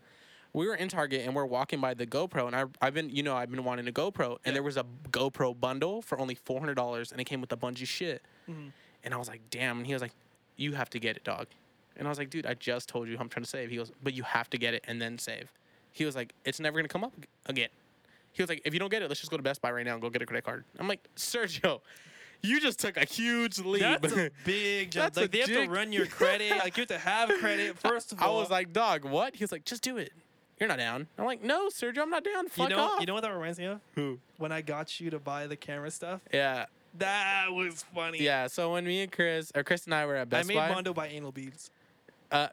[SPEAKER 2] We were in Target and we're walking by the GoPro and I I've been you know I've been wanting a GoPro and there was a GoPro bundle for only four hundred dollars and it came with a bunch of shit.
[SPEAKER 3] Mm-hmm.
[SPEAKER 2] And I was like, damn. And he was like, you have to get it, dog. And I was like, dude, I just told you I'm trying to save. He goes, but you have to get it and then save. He was like, it's never gonna come up ag- again. He was like, if you don't get it, let's just go to Best Buy right now and go get a credit card. I'm like, Sergio, you just took a huge leap.
[SPEAKER 3] That's a big job.
[SPEAKER 2] That's a
[SPEAKER 3] Like they have
[SPEAKER 2] jig-
[SPEAKER 3] to run your credit. Like you have to have credit first of
[SPEAKER 2] I
[SPEAKER 3] all.
[SPEAKER 2] was like, dog, what? He was like, just do it. You're not down. I'm like, no, Sergio, I'm not down. Fuck
[SPEAKER 3] you know,
[SPEAKER 2] off.
[SPEAKER 3] You know what that reminds me of?
[SPEAKER 2] Who?
[SPEAKER 3] When I got you to buy the camera stuff.
[SPEAKER 2] yeah,
[SPEAKER 3] That was funny.
[SPEAKER 2] yeah. So when me and Chris, or Chris and I were at
[SPEAKER 3] I
[SPEAKER 2] Best
[SPEAKER 3] made
[SPEAKER 2] Buy,
[SPEAKER 3] Mondo buy anal beads.
[SPEAKER 2] uh,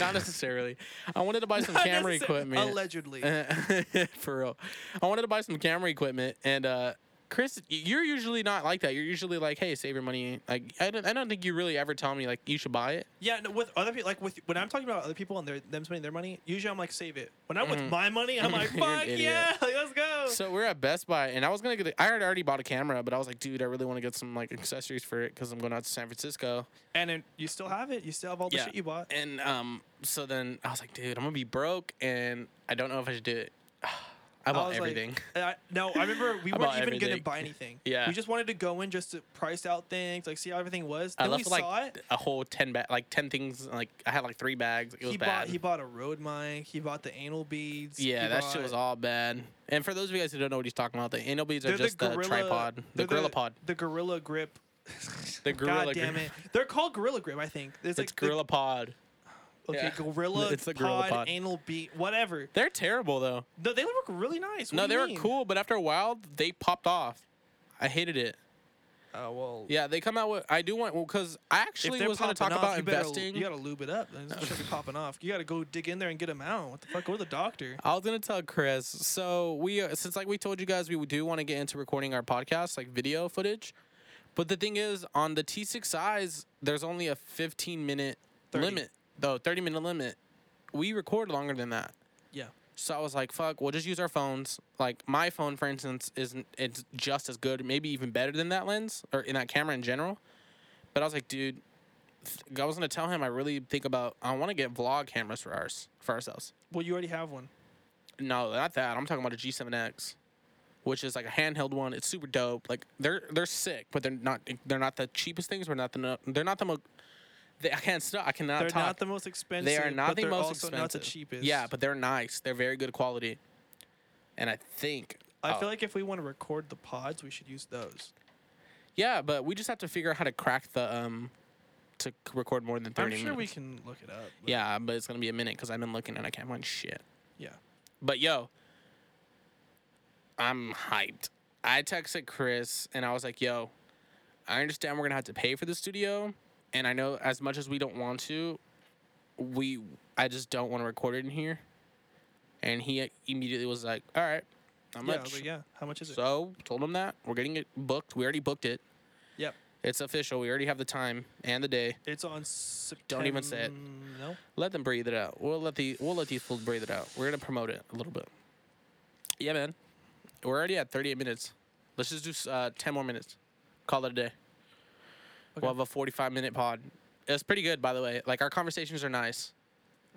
[SPEAKER 2] not necessarily. I wanted to buy some camera
[SPEAKER 3] Unnecessary-
[SPEAKER 2] equipment. Uh-huh.
[SPEAKER 3] Allegedly.
[SPEAKER 2] for real. I wanted to buy some camera equipment, and uh, Chris, y- you're usually not like that. You're usually like, "Hey, save your money." Like, I don't, I don't think you really ever tell me like you should buy it.
[SPEAKER 3] yeah, no, with other people, like with when I'm talking about other people and they're, them spending their money, usually I'm like, save it. When I'm with my money, I'm like,
[SPEAKER 2] Mm-hmm. You're an
[SPEAKER 3] fuck
[SPEAKER 2] idiot.
[SPEAKER 3] yeah, like, let's go.
[SPEAKER 2] So we're at Best Buy, and I was gonna get. A, I had already bought a camera, but I was like, "Dude, I really want to get some like accessories for it because I'm going out to San Francisco."
[SPEAKER 3] and then you still have it. You still have all the shit you bought.
[SPEAKER 2] And um, so then I was like, "Dude, I'm gonna be broke, and I don't know if I should do it." I
[SPEAKER 3] I
[SPEAKER 2] bought
[SPEAKER 3] was
[SPEAKER 2] everything.
[SPEAKER 3] Like, and I, no, I remember we
[SPEAKER 2] I
[SPEAKER 3] weren't
[SPEAKER 2] bought
[SPEAKER 3] even gonna
[SPEAKER 2] everything.
[SPEAKER 3] buy anything.
[SPEAKER 2] Yeah.
[SPEAKER 3] We just wanted to go in just to price out things, like see how everything was.
[SPEAKER 2] I
[SPEAKER 3] Then we
[SPEAKER 2] left with,
[SPEAKER 3] saw
[SPEAKER 2] like
[SPEAKER 3] it.
[SPEAKER 2] a whole ten ba- like ten things. Like I had like three bags. It was
[SPEAKER 3] He
[SPEAKER 2] bad.
[SPEAKER 3] bought he bought a road mic. He bought the anal beads.
[SPEAKER 2] Yeah,
[SPEAKER 3] he
[SPEAKER 2] that
[SPEAKER 3] bought-
[SPEAKER 2] shit was all bad. And for those of you guys who don't know what he's talking about, the anal beads are
[SPEAKER 3] They're
[SPEAKER 2] just the,
[SPEAKER 3] gorilla,
[SPEAKER 2] tripod, the
[SPEAKER 3] they're
[SPEAKER 2] gorilla pod,
[SPEAKER 3] the gorilla grip.
[SPEAKER 2] the
[SPEAKER 3] God
[SPEAKER 2] gorilla.
[SPEAKER 3] damn
[SPEAKER 2] grip.
[SPEAKER 3] it! They're called gorilla grip, I think. It's,
[SPEAKER 2] It's
[SPEAKER 3] like the-
[SPEAKER 2] gorilla pod.
[SPEAKER 3] okay,
[SPEAKER 2] yeah.
[SPEAKER 3] gorilla.
[SPEAKER 2] It's the gorilla
[SPEAKER 3] pod,
[SPEAKER 2] pod.
[SPEAKER 3] anal bead, whatever.
[SPEAKER 2] They're terrible though.
[SPEAKER 3] No, they look really nice. What
[SPEAKER 2] no,
[SPEAKER 3] do
[SPEAKER 2] they
[SPEAKER 3] you
[SPEAKER 2] were
[SPEAKER 3] mean?
[SPEAKER 2] cool, but after a while they popped off. I hated it.
[SPEAKER 3] Oh well.
[SPEAKER 2] Yeah, they come out with. I do want because I
[SPEAKER 3] If
[SPEAKER 2] actually
[SPEAKER 3] they're
[SPEAKER 2] was going to
[SPEAKER 3] popping
[SPEAKER 2] talk
[SPEAKER 3] off,
[SPEAKER 2] about
[SPEAKER 3] you better-
[SPEAKER 2] investing.
[SPEAKER 3] You gotta lube it up. Then it's be popping off. You gotta go dig in there and get them out. What the fuck? Go to the doctor.
[SPEAKER 2] I was gonna tell Chris. So we, uh, since like we told you guys, we do want to get into recording our podcast, like video footage. But the thing is, on the T6Is, there's only a 15 minute
[SPEAKER 3] 30.
[SPEAKER 2] limit, though 30 minute limit. We record longer than that,
[SPEAKER 3] Yeah.
[SPEAKER 2] so I was like, "Fuck, we'll just use our phones." Like my phone, for instance, isn't it's just as good, maybe even better than that lens or in that camera in general. But I was like, dude, th- I was gonna tell him I really think about I want to get vlog cameras for ours for ourselves.
[SPEAKER 3] Well, you already have one.
[SPEAKER 2] No, not that. I'm talking about a G7X, which is like a handheld one. It's super dope. Like they're they're sick, but they're not they're not the cheapest things. We're not the no- they're not the most. They, I can't stop. I cannot
[SPEAKER 3] They're
[SPEAKER 2] talk.
[SPEAKER 3] not the most expensive.
[SPEAKER 2] they are not
[SPEAKER 3] but
[SPEAKER 2] the
[SPEAKER 3] they're
[SPEAKER 2] most
[SPEAKER 3] also
[SPEAKER 2] expensive.
[SPEAKER 3] Not the cheapest.
[SPEAKER 2] Yeah, but they're nice. They're very good quality. And I think
[SPEAKER 3] I
[SPEAKER 2] oh,
[SPEAKER 3] feel like if we want to record the pods, we should use those.
[SPEAKER 2] yeah, but we just have to figure out how to crack the um to c- record more than
[SPEAKER 3] I'm
[SPEAKER 2] thirty.
[SPEAKER 3] sure we
[SPEAKER 2] minutes.
[SPEAKER 3] can look it up. but
[SPEAKER 2] Yeah, but it's gonna be a minute because I've been looking and I can't find shit.
[SPEAKER 3] Yeah.
[SPEAKER 2] But yo, I'm hyped. I texted Chris and I was like, yo, I understand we're gonna have to pay for the studio and I know as much as we don't want to, we I just don't want to record it in here. And he immediately was like, "All right, how
[SPEAKER 3] Yeah, I
[SPEAKER 2] much?"
[SPEAKER 3] was like, yeah. How much is it?
[SPEAKER 2] So told him that we're getting it booked. We already booked it.
[SPEAKER 3] Yep.
[SPEAKER 2] It's official. We already have the time and the day.
[SPEAKER 3] It's on September.
[SPEAKER 2] even say it.
[SPEAKER 3] No.
[SPEAKER 2] Let them breathe it out. We'll let the we'll let these fools breathe it out. We're gonna promote it a little bit. Yeah, man. We're already at 38 minutes. Let's just do s- uh, 10 more minutes. Call it a day.
[SPEAKER 3] Okay.
[SPEAKER 2] We'll have a 45 minute pod. It's pretty good, by the way. Like our conversations are nice.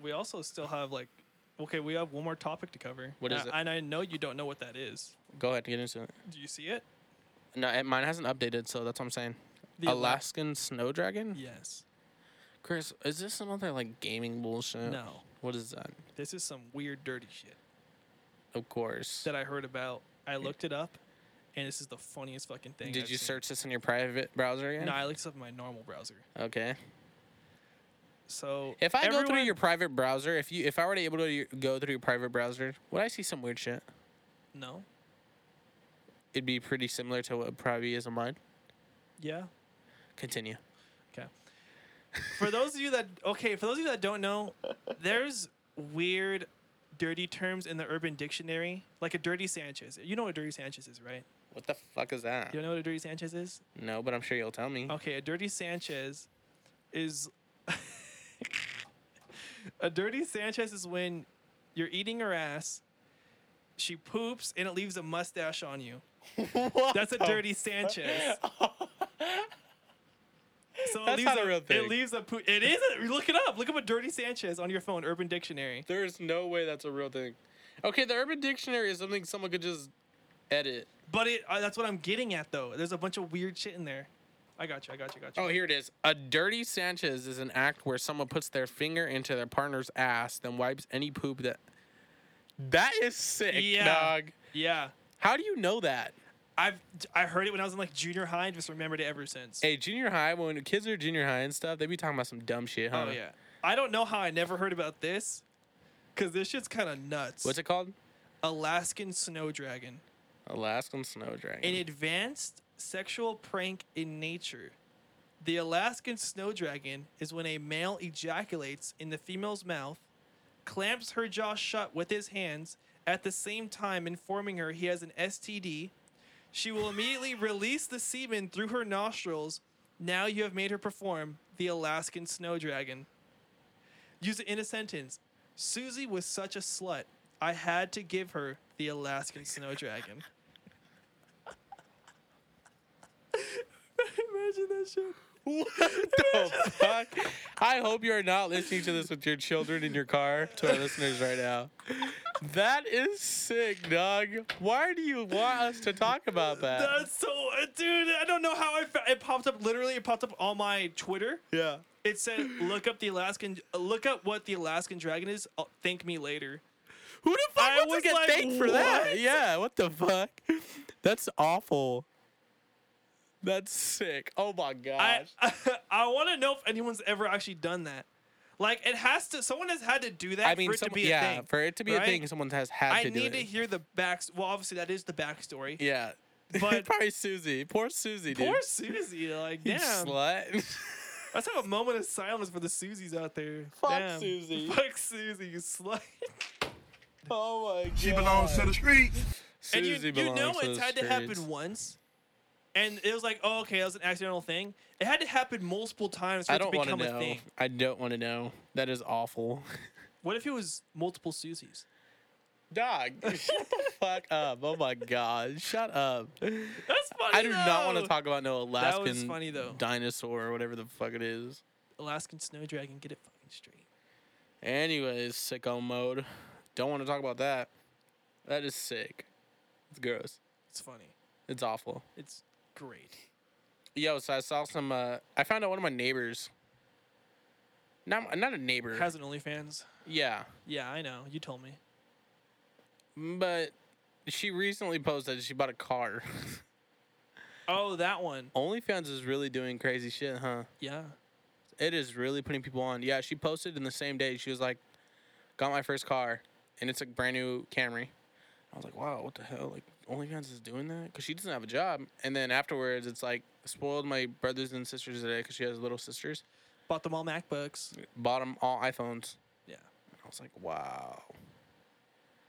[SPEAKER 3] We also still have like, okay, we have one more topic to cover.
[SPEAKER 2] What is
[SPEAKER 3] and,
[SPEAKER 2] it?
[SPEAKER 3] And I know you don't know what that is.
[SPEAKER 2] Go ahead and get into it.
[SPEAKER 3] Do you see it?
[SPEAKER 2] No, it, mine hasn't updated, so that's what I'm saying.
[SPEAKER 3] The Ala-
[SPEAKER 2] Alaskan snow dragon.
[SPEAKER 3] Yes.
[SPEAKER 2] Chris, is this some other like gaming bullshit?
[SPEAKER 3] No.
[SPEAKER 2] What is that?
[SPEAKER 3] This is some weird, dirty shit
[SPEAKER 2] Of course.
[SPEAKER 3] that I heard about. I looked it up, and this is the funniest fucking thing.
[SPEAKER 2] Did
[SPEAKER 3] I've
[SPEAKER 2] you
[SPEAKER 3] seen.
[SPEAKER 2] search this in your private browser again?
[SPEAKER 3] No, I looked it up in my normal browser.
[SPEAKER 2] Okay.
[SPEAKER 3] So
[SPEAKER 2] If I go through
[SPEAKER 3] everyone-
[SPEAKER 2] your private browser, if you if I were to able to y- go through your private browser, would I see some weird shit?
[SPEAKER 3] no,
[SPEAKER 2] It'd be pretty similar to what probably is on mine.
[SPEAKER 3] yeah.
[SPEAKER 2] Continue.
[SPEAKER 3] For those of you that okay, for those of you that don't know, there's weird, dirty terms in the Urban Dictionary, like a dirty Sanchez. You know what a dirty Sanchez is, right?
[SPEAKER 2] What the fuck is that?
[SPEAKER 3] You know what a dirty Sanchez is?
[SPEAKER 2] No, but I'm sure you'll tell me.
[SPEAKER 3] Okay, a dirty Sanchez is a dirty Sanchez is when you're eating her ass, she poops and it leaves a mustache on you. That's a dirty Sanchez. So
[SPEAKER 2] That's
[SPEAKER 3] it leaves
[SPEAKER 2] not a real thing.
[SPEAKER 3] It leaves a poo- It is. A, look it up. Look up a dirty Sanchez on your phone, Urban Dictionary.
[SPEAKER 2] There is no way that's a real thing. Okay, the Urban Dictionary is something someone could just edit.
[SPEAKER 3] But it, uh, that's what I'm getting at though. There's a bunch of weird shit in there. I got you. I got you. I got you.
[SPEAKER 2] Oh, here it is. A dirty Sanchez is an act where someone puts their finger into their partner's ass, then wipes any poop that. That is sick,
[SPEAKER 3] Yeah.
[SPEAKER 2] dog.
[SPEAKER 3] Yeah.
[SPEAKER 2] How do you know that?
[SPEAKER 3] I've I heard it when I was in like junior high and just remembered it ever since.
[SPEAKER 2] Hey, junior high, when kids are junior high and stuff, they be talking about some dumb shit, huh?
[SPEAKER 3] Oh yeah. I don't know how I never heard about this, cause this shit's kind of nuts.
[SPEAKER 2] What's it called?
[SPEAKER 3] Alaskan snow dragon,
[SPEAKER 2] Alaskan snow dragon.
[SPEAKER 3] an advanced sexual prank in nature. The Alaskan snow dragon is when a male ejaculates in the female's mouth, clamps her jaw shut with his hands, at the same time informing her he has an STD. She will immediately release the semen through her nostrils. Now you have made her perform the Alaskan snow dragon. Use it in a sentence. Susie was such a slut. I had to give her the Alaskan snow dragon. Imagine that shit.
[SPEAKER 2] Oh, fuck. I hope you're not listening to this with your children in your car to our listeners right now. That is sick, dog. Why do you want us to talk about that?
[SPEAKER 3] That's so, uh, dude. I don't know how I fa- it popped up. Literally, it popped up on my Twitter.
[SPEAKER 2] yeah.
[SPEAKER 3] It said, "Look up the Alaskan. Look up what the Alaskan dragon is. Oh, thank me later."
[SPEAKER 2] Who the fuck
[SPEAKER 3] I
[SPEAKER 2] wants
[SPEAKER 3] was
[SPEAKER 2] to get
[SPEAKER 3] like,
[SPEAKER 2] thanked for that? Yeah, what the fuck? That's awful. That's sick. Oh my
[SPEAKER 3] I
[SPEAKER 2] gosh.
[SPEAKER 3] I, want to know if anyone's ever actually done that. Like, it has to. Someone has had to do that
[SPEAKER 2] I, mean,
[SPEAKER 3] for it
[SPEAKER 2] some,
[SPEAKER 3] to be
[SPEAKER 2] yeah,
[SPEAKER 3] a thing.
[SPEAKER 2] for it to be a
[SPEAKER 3] right?
[SPEAKER 2] thing, someone has had
[SPEAKER 3] I
[SPEAKER 2] to do
[SPEAKER 3] need to
[SPEAKER 2] it.
[SPEAKER 3] hear the back. Well, obviously that is the backstory.
[SPEAKER 2] yeah.
[SPEAKER 3] But-
[SPEAKER 2] probably Susie. Poor Susie, dude.
[SPEAKER 3] Poor Susie. Like,
[SPEAKER 2] You
[SPEAKER 3] damn.
[SPEAKER 2] slut.
[SPEAKER 3] Let's have a moment of silence for the Susies out there.
[SPEAKER 2] Fuck
[SPEAKER 3] Damn.
[SPEAKER 2] Susie.
[SPEAKER 3] Fuck Susie, you slut.
[SPEAKER 2] oh my god.
[SPEAKER 6] She belongs to the streets.
[SPEAKER 3] and you,
[SPEAKER 2] Susie
[SPEAKER 3] you know
[SPEAKER 2] belongs to
[SPEAKER 3] it's
[SPEAKER 2] the
[SPEAKER 3] had to happen
[SPEAKER 2] streets.
[SPEAKER 3] once. And it was like, oh, okay, that was an accidental thing. It had to happen multiple times for
[SPEAKER 2] I
[SPEAKER 3] it to
[SPEAKER 2] don't want to
[SPEAKER 3] become a
[SPEAKER 2] know.
[SPEAKER 3] thing.
[SPEAKER 2] I don't want to know. That is awful.
[SPEAKER 3] What if it was multiple Susies?
[SPEAKER 2] Dog, shut the fuck up. Oh my god. Shut up.
[SPEAKER 3] That's funny.
[SPEAKER 2] I do not want
[SPEAKER 3] though.
[SPEAKER 2] to talk about no
[SPEAKER 3] That
[SPEAKER 2] Alaskan
[SPEAKER 3] was funny, though.
[SPEAKER 2] dinosaur or whatever the fuck it is.
[SPEAKER 3] Alaskan snow dragon, get it fucking straight.
[SPEAKER 2] Anyways, sicko mode. Don't want to talk about that. That is sick. It's gross.
[SPEAKER 3] It's funny.
[SPEAKER 2] It's awful.
[SPEAKER 3] It's great.
[SPEAKER 2] Yo, so I saw some. Uh, I found out one of my neighbors. Not not a neighbor.
[SPEAKER 3] Has an OnlyFans.
[SPEAKER 2] yeah,
[SPEAKER 3] Yeah, I know. You told me.
[SPEAKER 2] but she recently posted she bought a car.
[SPEAKER 3] Oh, that one.
[SPEAKER 2] OnlyFans is really doing crazy shit, huh?
[SPEAKER 3] Yeah.
[SPEAKER 2] It is really putting people on. Yeah, she posted in the same day. She was like, "Got my first car, and it's a brand new Camry." I was like, "Wow, what the hell? Like, OnlyFans is doing that? Because she doesn't have a job. And then afterwards, it's like, spoiled my brothers and sisters today because she has little sisters.
[SPEAKER 3] Bought them all MacBooks.
[SPEAKER 2] Bought 'em all iPhones.
[SPEAKER 3] Yeah.
[SPEAKER 2] I was like, wow.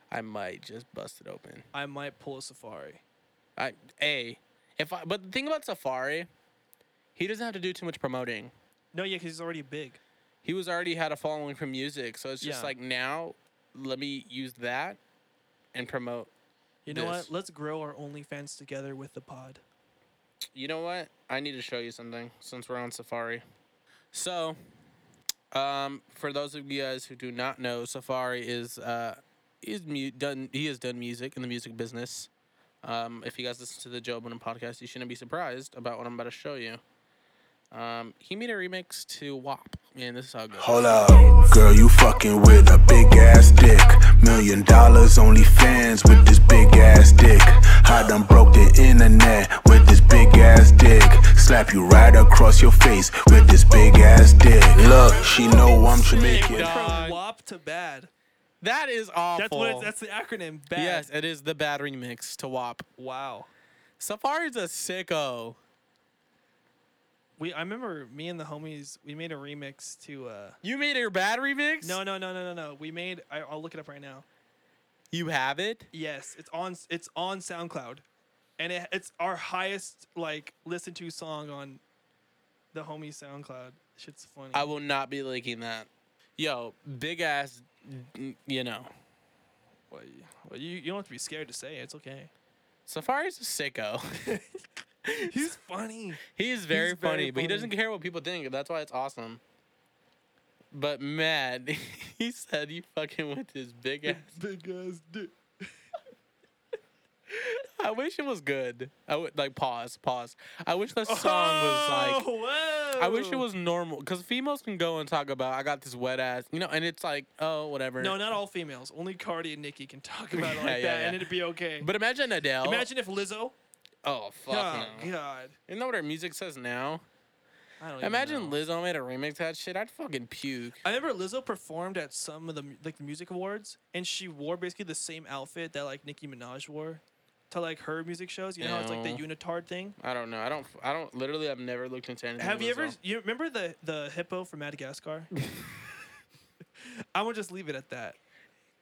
[SPEAKER 2] I might just bust it open.
[SPEAKER 3] I might pull a Safari.
[SPEAKER 2] I a if I but the thing about Safari, he doesn't have to do too much promoting.
[SPEAKER 3] No, yeah, because he's already big.
[SPEAKER 2] He was already had a following from music, so it's just
[SPEAKER 3] Yeah.
[SPEAKER 2] like now let me use that and promote.
[SPEAKER 3] You know
[SPEAKER 2] This.
[SPEAKER 3] what? Let's grow our OnlyFans together with the pod.
[SPEAKER 2] You know what? I need to show you something since we're on Safari. So, um, for those of you guys who do not know, Safari is uh, is mu- done. He has done music in the music business. Um, if you guys listen to the Joe Budden podcast, you shouldn't be surprised about what I'm about to show you. Um, he made a remix to WAP, and this is how it goes.
[SPEAKER 6] Hold up, girl, you fucking with a big ass dick. Million dollars, only fans with this big ass dick. I done broke the internet with this big ass dick. Slap you right across your face with this big ass dick. Look, she know I'm Jamaican.
[SPEAKER 3] From
[SPEAKER 2] Dog.
[SPEAKER 3] WAP to bad.
[SPEAKER 2] That is awful.
[SPEAKER 3] That's what. It's, that's the acronym. Bad.
[SPEAKER 2] yes, it is the bad remix to WAP.
[SPEAKER 3] Wow.
[SPEAKER 2] Safari's a sicko.
[SPEAKER 3] We. I remember me and the homies. We made a remix to. uh
[SPEAKER 2] You made your bad remix?
[SPEAKER 3] No, no, no, no, no, no. We made. I, I'll look it up right now.
[SPEAKER 2] You have it.
[SPEAKER 3] Yes, it's on. It's on SoundCloud, and it, it's our highest like listened to song on the homie SoundCloud. Shit's funny.
[SPEAKER 2] I will not be leaking that. Yo, big ass, n- you know.
[SPEAKER 3] Well, you, well, you, you don't have to be scared to say it. It's okay.
[SPEAKER 2] Safari's a sicko.
[SPEAKER 3] He's funny.
[SPEAKER 2] he is very
[SPEAKER 3] He's very
[SPEAKER 2] funny, but he doesn't
[SPEAKER 3] funny.
[SPEAKER 2] care what people think. That's why it's awesome. But man, he said you fucking with his big ass.
[SPEAKER 3] Big ass dick.
[SPEAKER 2] I wish it was good. I would like pause, pause. I wish the song was like.
[SPEAKER 3] Oh, Whoa.
[SPEAKER 2] I wish it was normal, cause females can go and talk about I got this wet ass, you know, and it's like oh whatever.
[SPEAKER 3] No, not all females. Only Cardi and Nikki can talk about it
[SPEAKER 2] Yeah,
[SPEAKER 3] like that,
[SPEAKER 2] yeah, yeah.
[SPEAKER 3] and it'd be okay.
[SPEAKER 2] But imagine Adele.
[SPEAKER 3] imagine if Lizzo.
[SPEAKER 2] Oh fuck
[SPEAKER 3] Oh
[SPEAKER 2] no!
[SPEAKER 3] God.
[SPEAKER 2] Isn't that what her music says now?
[SPEAKER 3] I don't.
[SPEAKER 2] Imagine
[SPEAKER 3] Even know.
[SPEAKER 2] Lizzo made a remix of that shit. I'd fucking puke.
[SPEAKER 3] I remember Lizzo performed at some of the mu- like the music awards, and she wore basically the same outfit that like Nicki Minaj wore to like her music shows. You know, how it's like the
[SPEAKER 2] Ew.
[SPEAKER 3] unitard thing.
[SPEAKER 2] I don't know. I don't. I don't. Literally, I've never looked into anything.
[SPEAKER 3] Have you ever?
[SPEAKER 2] Lizzo.
[SPEAKER 3] You remember the the hippo from Madagascar? I'm gonna just leave it at that.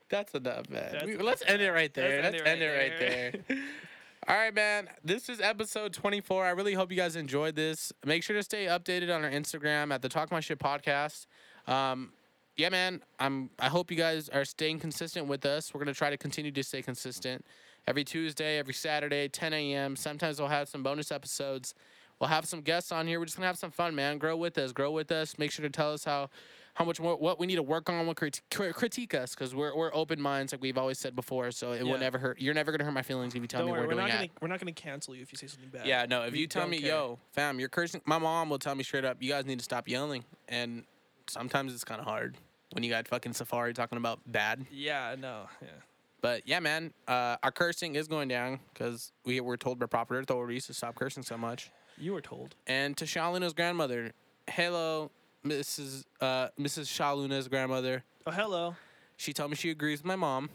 [SPEAKER 2] That's enough, man.
[SPEAKER 3] That's
[SPEAKER 2] We-
[SPEAKER 3] enough,
[SPEAKER 2] let's end it right there. Let's,
[SPEAKER 3] Let's
[SPEAKER 2] end it right there. All right, man. This is episode 24. I really hope you guys enjoyed this. Make sure to stay updated on our Instagram at the Talk My Shit podcast. Um, yeah, man. I'm. I hope you guys are staying consistent with us. We're gonna try to continue to stay consistent. Every Tuesday, every Saturday, 10 a.m. Sometimes we'll have some bonus episodes. We'll have some guests on here. We're just gonna have some fun, man. Grow with us. Grow with us. Make sure to tell us how, how much more, what we need to work on. What crit- cri- critique us, because we're we're open minds, like we've always said before. So it will
[SPEAKER 3] Yeah.
[SPEAKER 2] never hurt. You're never gonna hurt my feelings if you tell
[SPEAKER 3] Don't
[SPEAKER 2] me
[SPEAKER 3] worry,
[SPEAKER 2] we're
[SPEAKER 3] we're
[SPEAKER 2] doing that.
[SPEAKER 3] not gonna we're not gonna cancel you if you say something bad.
[SPEAKER 2] Yeah, no. If
[SPEAKER 3] We
[SPEAKER 2] you tell
[SPEAKER 3] don't
[SPEAKER 2] me,
[SPEAKER 3] care.
[SPEAKER 2] yo, fam, you're cursing, my mom will tell me straight up, you guys need to stop yelling. And sometimes it's kind of hard when you got fucking Safari talking about bad.
[SPEAKER 3] Yeah, no. Yeah.
[SPEAKER 2] But yeah, man, uh, our cursing is going down because we were told by proper authorities to stop cursing so much.
[SPEAKER 3] You were told.
[SPEAKER 2] And to Shaluna's grandmother, hello, Mrs. Uh, Mrs. Shaluna's grandmother.
[SPEAKER 3] Oh, hello.
[SPEAKER 2] She told me she agrees with my mom,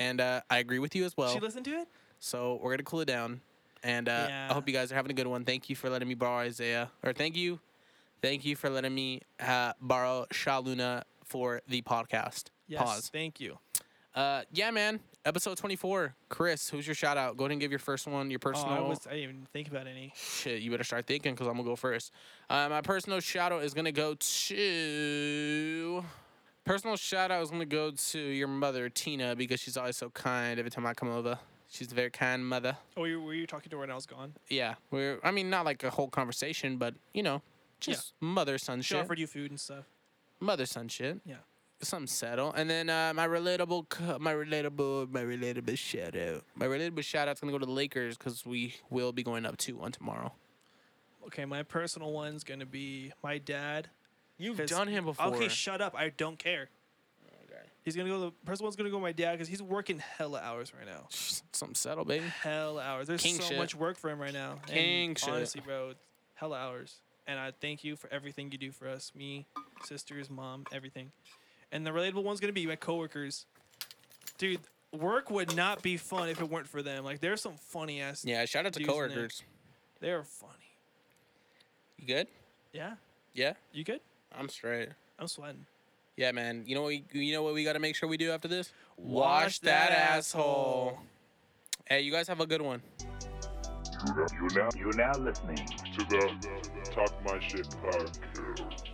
[SPEAKER 2] and uh, I agree with you as well.
[SPEAKER 3] She listened to it?
[SPEAKER 2] So we're gonna cool it down, and uh, I
[SPEAKER 3] Yeah.
[SPEAKER 2] hope you guys are having a good one. Thank you for letting me borrow Isaiah, or thank you, thank you for letting me uh, borrow Shaluna for the podcast.
[SPEAKER 3] Yes.
[SPEAKER 2] Pause.
[SPEAKER 3] Thank you.
[SPEAKER 2] Uh, yeah, man. Episode twenty four. Chris, who's your shout out? Go ahead and give your first one. Your
[SPEAKER 3] Oh,
[SPEAKER 2] personal
[SPEAKER 3] I was I didn't even think about any.
[SPEAKER 2] shit. You better start thinking because I'm gonna go first. Uh, my personal shout out is gonna go to. Personal shout out is gonna go to your mother Tina because she's always so kind. Every time I come over, she's a very kind mother.
[SPEAKER 3] Oh, you, were you talking to her when I was gone?
[SPEAKER 2] Yeah, we're. I mean, not like a whole conversation, but you know, just mother son
[SPEAKER 3] She
[SPEAKER 2] shit.
[SPEAKER 3] offered you food and stuff.
[SPEAKER 2] Mother son shit.
[SPEAKER 3] Yeah.
[SPEAKER 2] Some settle, and then uh, my relatable, cu- my relatable, my relatable shout out. My relatable shout out's gonna go to the Lakers because we will be going up two one tomorrow.
[SPEAKER 3] Okay, my personal one's gonna be my dad.
[SPEAKER 2] You've
[SPEAKER 3] 'cause-
[SPEAKER 2] done him before.
[SPEAKER 3] Okay, shut up. I don't care. He's gonna go. The personal one's gonna go to my dad because he's working hella hours right now.
[SPEAKER 2] Some settle, baby.
[SPEAKER 3] Hella hours. There's
[SPEAKER 2] King
[SPEAKER 3] so
[SPEAKER 2] shit.
[SPEAKER 3] much work for him right now.
[SPEAKER 2] King
[SPEAKER 3] and
[SPEAKER 2] shit.
[SPEAKER 3] Honestly, bro, hella hours. And I thank you for everything you do for us, me, sisters, mom, everything. And the relatable one's gonna be my coworkers. Dude, work would not be fun if it weren't for them. Like there's some funny ass.
[SPEAKER 2] Yeah, shout out to
[SPEAKER 3] dudes in there.
[SPEAKER 2] coworkers.
[SPEAKER 3] They're funny.
[SPEAKER 2] You good?
[SPEAKER 3] Yeah.
[SPEAKER 2] Yeah,
[SPEAKER 3] You good?
[SPEAKER 2] I'm straight.
[SPEAKER 3] I'm sweating.
[SPEAKER 2] Yeah, man. You know what? We, you know what we got to make sure we do after this?
[SPEAKER 3] Wash that asshole.
[SPEAKER 2] Hey, you guys have a good one.
[SPEAKER 4] You now, you now listening to the Talk My Shit podcast.